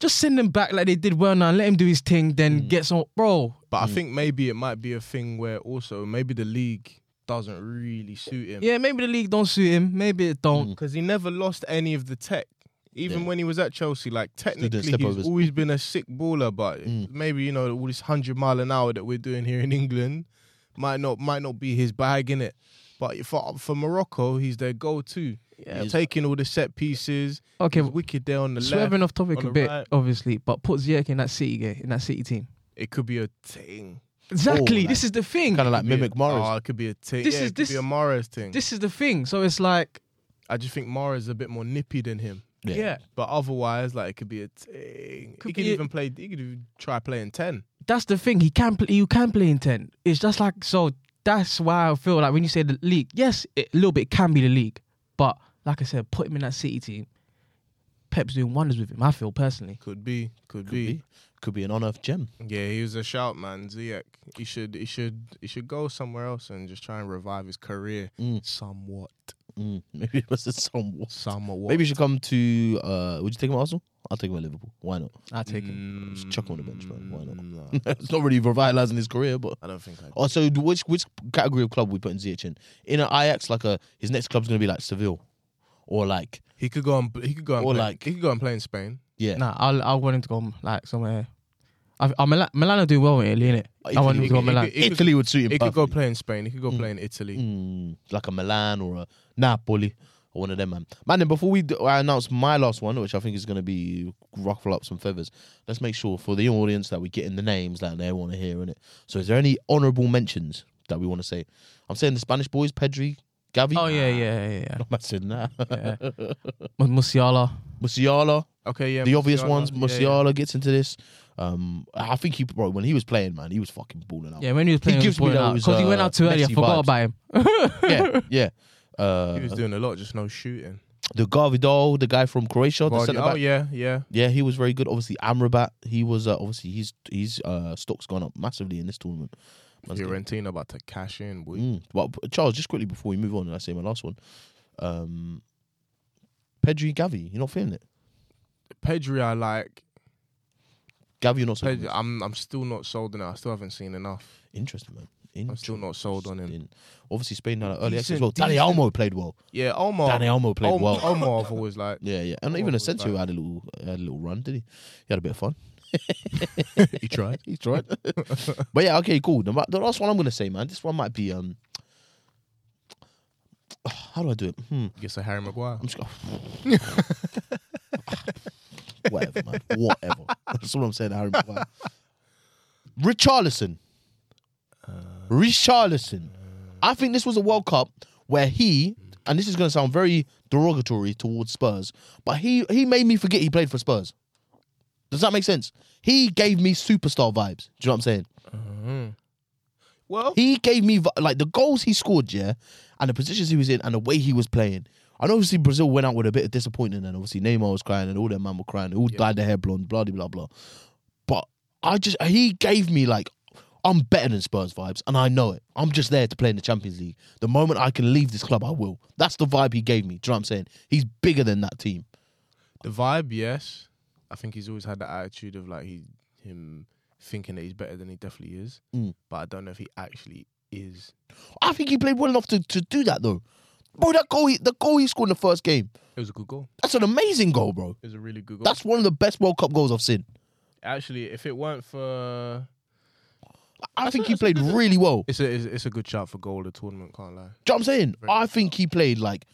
D: just send him back like they did well now. Let him do his thing, then
C: Mm.
D: get some, bro.
C: But I think maybe it might be a thing where also maybe the league doesn't really suit him.
D: Yeah, maybe the league don't suit him. Maybe it don't.
C: Because he never lost any of the tech. Even
A: Yeah.
C: when he was at Chelsea, like technically
A: step
C: he's
A: over his-
C: always been a sick baller, but
A: Mm.
C: maybe, you know, all this hundred mile an hour that we're doing here in England might not might not be his bag, innit? But for for Morocco, he's their go to.
A: He's-
C: Taking all the set pieces.
D: Okay,
C: he's wicked there on the left.
D: swerving off topic
C: on
D: a
C: the
D: bit,
C: right. Oh,
D: obviously, but put Ziyech in that City game, in that City team.
C: It could be a thing.
D: Exactly.
A: like-
D: this is the thing.
A: Kind of like
C: Could be a-
A: mimic Morris.
C: Oh, it could be a thing.
D: This
C: yeah,
D: is-
C: it could
D: this-
C: be a Morris thing.
D: This is the thing. So it's like,
C: I just think Mara is a bit more nippy than him.
A: Yeah.
D: yeah,
C: But otherwise, like it could be a thing.
D: Could
C: he could
D: be a-
C: even play. He could even try playing ten.
D: that's the thing. He can play. You can play in ten. It's just like so. That's why I feel like when you say the league, yes, it, a little bit can be the league, but like I said, put him in that City team. Pep's doing wonders with him. I feel personally.
C: Could be. Could,
A: Could be. Could be an on-earth gem.
C: Yeah, he was a shout, man. Ziyech. He should. He should. He should go somewhere else and just try and revive his career
A: Mm.
C: somewhat.
A: Mm. Maybe it was a somewhat.
C: Somewhat.
A: Maybe you should come to. uh Would you take him at Arsenal? I'll take him at Liverpool. Why not?
D: I take him.
C: Mm,
A: Just chuck him on the bench, man. Why not?
C: No,
A: it's not really revitalizing his career, but.
C: I don't think I.
A: Oh, so which which category of club we putting Ziyech in? In an Ajax, like a his next club's gonna be like Seville, or like
C: He could go and. He could go and.
A: Or
C: play,
A: like-
C: he could go and play in Spain.
A: yeah,
D: Nah, I'll, I want him to go like somewhere. uh, I, I Milan, Milan are doing well in Italy, innit? I want him
C: He
D: to go
C: could- he
D: Milan.
C: could- he could-
A: Italy would suit him.
C: He could go
A: perfectly.
C: play in Spain. He could go play in Italy.
A: Mm, like a Milan or a Napoli or one of them, man. Man, then before we d- I announce my last one, which I think is going to be ruffle up some feathers, let's make sure for the audience that we get in the names that they want to hear in it. So, is there any honourable mentions that we want to say? I'm saying the Spanish boys, Pedri, Gavi.
D: Oh yeah, yeah, yeah, yeah.
A: I'm not saying that.
D: yeah. Mu- Musiala.
A: Musiala,
C: Okay, yeah.
A: Mm. the obvious
C: Musiala,
A: ones.
C: yeah,
A: Musiala
C: yeah.
A: gets into this. Um, I think he bro when he was playing, man, he was fucking balling out.
D: Yeah, when he was playing,
A: gives me those,
D: because he went
A: uh,
D: out too early. I
A: Messi
D: forgot
A: vibes.
D: about him.
A: yeah, yeah. Uh,
C: He was doing a lot, just no shooting.
A: the Garvidal, the guy from Croatia, the
C: Vardy-
A: centre
C: oh
A: back.
C: yeah, yeah.
A: Yeah, he was very good. Obviously, Amrabat, he was uh, obviously his his uh, stock's gone up massively in this tournament. Man's getting-
C: Fiorentina about to cash in. boy.
A: Mm. Well, p- Charles, just quickly before we move on, and I say my last one. Um, Pedri, Gavi, you're not feeling it.
C: Pedri, I like.
A: Gavi, you're not so
C: Pedri, I'm I'm still not sold on it. I still haven't seen enough.
A: interesting, man.
C: I'm still not sold on him.
A: Interesting. Obviously, Spain had an early access as
C: Decent- Oh,
A: well. Danny
C: decent-
A: Almo played well.
C: Yeah, Omar.
A: Danny Almo played
C: Om-
A: well.
C: Omar, I've always liked.
A: Yeah, yeah, and
C: Omar
A: even
C: was
A: Asensio
C: like-
A: had a little had a little run, did he? He had a bit of fun.
E: He tried.
A: He's tried. but yeah, okay, cool. The, ma- the last one I'm gonna say, man, this one might be um, how do I do it? Hmm.
C: Guess a Harry Maguire.
A: I'm just going. Whatever, man. Whatever. That's all I'm saying, Harry Maguire. Richarlison. Richarlison. I think this was a World Cup where he, and this is going to sound very derogatory towards Spurs, but he he made me forget he played for Spurs. Does that make sense? He gave me superstar vibes. Do you know what I'm saying?
C: Well,
A: He gave me vi- like the goals he scored, yeah, and the positions he was in, and the way he was playing. And obviously Brazil went out with a bit of disappointment, and obviously Neymar was crying, and all their man were crying, they all dyed their hair blonde, blah de blah blah. But I just he gave me like I'm better than Spurs vibes, and I know it. I'm just there to play in the Champions League. The moment I can leave this club, I will. That's the vibe he gave me. Do you know what I'm saying? He's bigger than that team.
C: the vibe, yes. I think he's always had that attitude of like he him thinking that he's better than he definitely is.
A: Mm.
C: But I don't know if he actually is.
A: I think he played well enough to, to do that though. Bro, that goal, he, the goal he scored in the first game,
C: It was a good goal.
A: that's an amazing goal, bro.
C: It was a really good goal.
A: That's one of the best World Cup goals I've seen.
C: actually if it weren't for
A: I think he played really well. Do
C: it's a it's, it's a good shout for goal of the tournament. Can't lie.
A: you know what I'm saying? I think he played like.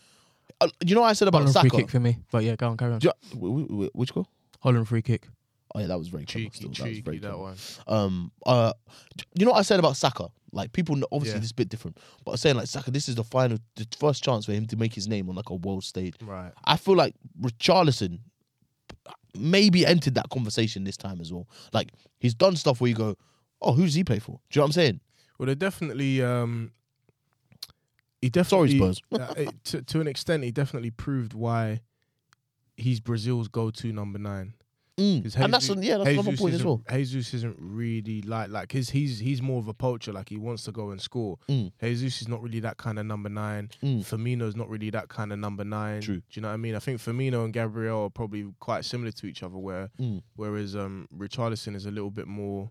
A: Uh, you know what I said about
D: Holland
A: Saka?
D: free kick for me. But yeah, go on, carry on.
A: Do you- wh- wh- wh- which goal?
D: Holland free kick.
A: Oh yeah, that was very clever.
C: Cheeky,
A: still. that was
C: cheeky
A: very
C: that,
A: clever.
C: one.
A: Um, uh, d- you know what I said about Saka? Like people, kn- obviously
C: Yeah.
A: this is a bit different, but I'm saying like Saka, this is the final, the first chance for him to make his name on like a world stage.
C: Right.
A: I feel like Richarlison maybe entered that conversation this time as well. Like he's done stuff where you go, oh, who does he play for? Do you know what I'm saying?
C: Well, they definitely. um He
A: Sorry,
C: definitely.
A: Spurs.
C: uh, it- to to an extent, he definitely proved why he's Brazil's go-to number nine.
A: Mm.
C: 'Cause
A: And that's
C: Jesus-
A: an- yeah, that's another
C: Jesus
A: point as
C: isn't-
A: well.
C: Jesus isn't really like like his he's he's more of a poacher. Like he wants to go and score.
A: Mm.
C: Jesus is not really that kind of number nine.
A: Mm.
C: Firmino's not really that kind of number nine.
A: True.
C: Do you know what I mean? I think Firmino and Gabriel are probably quite similar to each other, where
A: Mm.
C: whereas um Richarlison is a little bit more,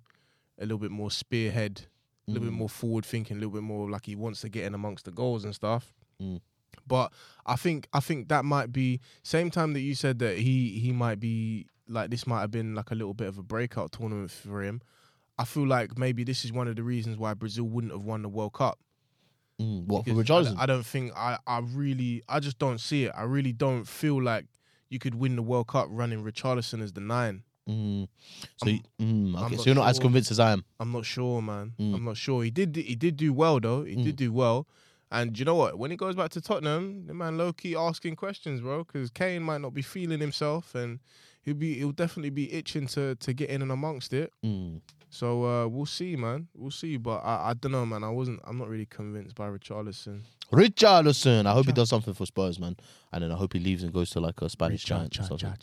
C: a little bit more spearhead, a little
A: Mm.
C: bit more forward thinking, a little bit more like he wants to get in amongst the goals and stuff.
A: Mm.
C: But I think I think that might be same time that you said that he he might be like this might have been like a little bit of a breakout tournament for him. I feel like maybe this is one of the reasons why Brazil wouldn't have won the World Cup.
A: Mm. What for
C: Because I-
A: Richarlison?
C: I, don't think I, I really I just don't see it. I really don't feel like you could win the World Cup running Richarlison as the nine.
A: Mm. So,
C: I'm-
A: you- mm,
C: I'm
A: okay.
C: not
A: so you're not as
C: sure.
A: convinced as I am.
C: I'm not sure, man.
A: Mm.
C: I'm not sure. He did he did do well though. He did do well. And you know what? When he goes back to Tottenham, the man low key asking questions, bro, because Kane might not be feeling himself and he'll be he'll definitely be itching to to get in and amongst it.
A: Mm.
C: So uh, we'll see, man. We'll see. But I, I don't know, man. I wasn't I'm not really convinced by Richarlison.
A: Richarlison. I hope he does something for Spurs, man. And then I hope he leaves and goes to like a Spanish giant or something.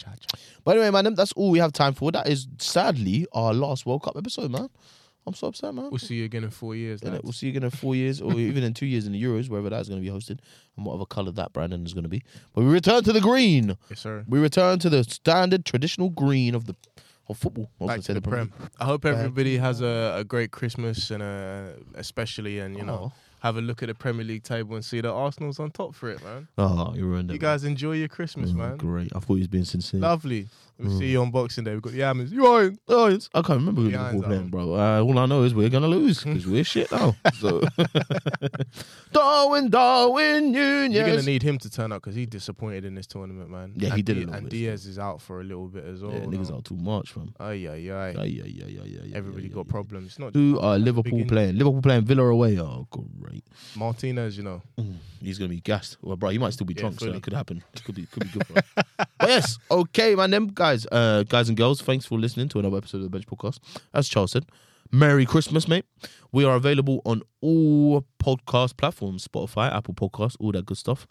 A: But anyway, man, that's all we have time for. That is sadly our last World Cup episode, man. I'm so upset, man.
C: We'll see you again in four years.
A: Innit?
C: lads.
A: We'll see you again in four years or even in two years in the Euros, wherever that's going to be hosted and whatever colour that Brandon is going to be. But we return to the green.
C: Yes, sir.
A: We return to the standard traditional green of the of football. I was
C: Back
A: gonna
C: to
A: say
C: the prem. I hope everybody has a, a great Christmas and uh especially and you
A: Oh.
C: know have a look at the Premier League table and see that Arsenal's on top for it, man.
A: Oh, you ruined it.
C: You
A: man.
C: guys enjoy your Christmas,
A: Oh,
C: man.
A: Great. Mm. I thought he was being sincere.
C: Lovely. We'll see you on Boxing Day. We've got the Ammons. You are in.
A: Oh, it's, I can't remember who
C: Yeah,
A: Liverpool
C: it's,
A: playing,
C: um,
A: bro. Uh, all I know is we're gonna lose because we're shit now. So, Darwin, Darwin Nunez.
C: You're gonna need him to turn up because he's disappointed in this tournament, man.
A: Yeah, he
C: And
A: did a
C: Di-
A: little bit.
C: And Diaz is out for a little bit as well.
A: yeah, niggas are too much, man.
C: Ay, ay, ay.
A: Yeah, yeah, yeah, yeah, yeah. yeah,
C: Everybody
A: yeah,
C: got
A: yeah.
C: problems. It's not just
A: Who are Liverpool
C: Begin-
A: playing? Liverpool playing Villa away. Oh, great.
C: Martinez, you know.
A: Mm, He's gonna be gassed. Well, bro, he might still be
C: Yeah,
A: drunk, so
C: fully.
A: that could happen. It could be, could be good for us. but yes, okay, man. Them guys, uh, guys and girls, thanks for listening to another episode of the Bench Podcast. As Charles said, Merry Christmas, mate. We are available on all podcast platforms: Spotify, Apple Podcasts, all that good stuff.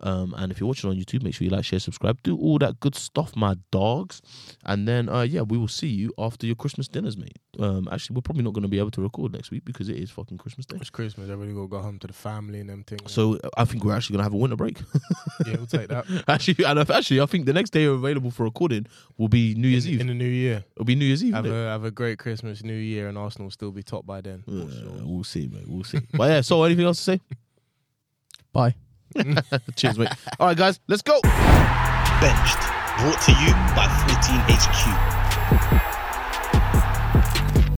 A: Um, and if you're watching on YouTube, make sure you like, share, subscribe, do all that good stuff, my dogs. And then, uh, yeah, we will see you after your Christmas dinners, mate. Um, actually, we're probably not going to be able to record next week because it is fucking Christmas Day.
C: It's Christmas. Everybody got to go home to the family and them things.
A: So uh, I think we're actually going to have a winter break.
C: yeah, we'll take that.
A: actually, and if- actually, I think the next day available for recording will be New Year's Eve.
C: in the new year.
A: It'll be New Year's Eve.
C: Have
A: innit?
C: a have a great Christmas, New Year, and Arsenal will still be top by then.
A: Uh, we'll see, mate. We'll see. but yeah, so anything else to say?
D: Bye.
A: Cheers, mate. All right, guys, let's go.
B: Benched. Brought to you by 14HQ.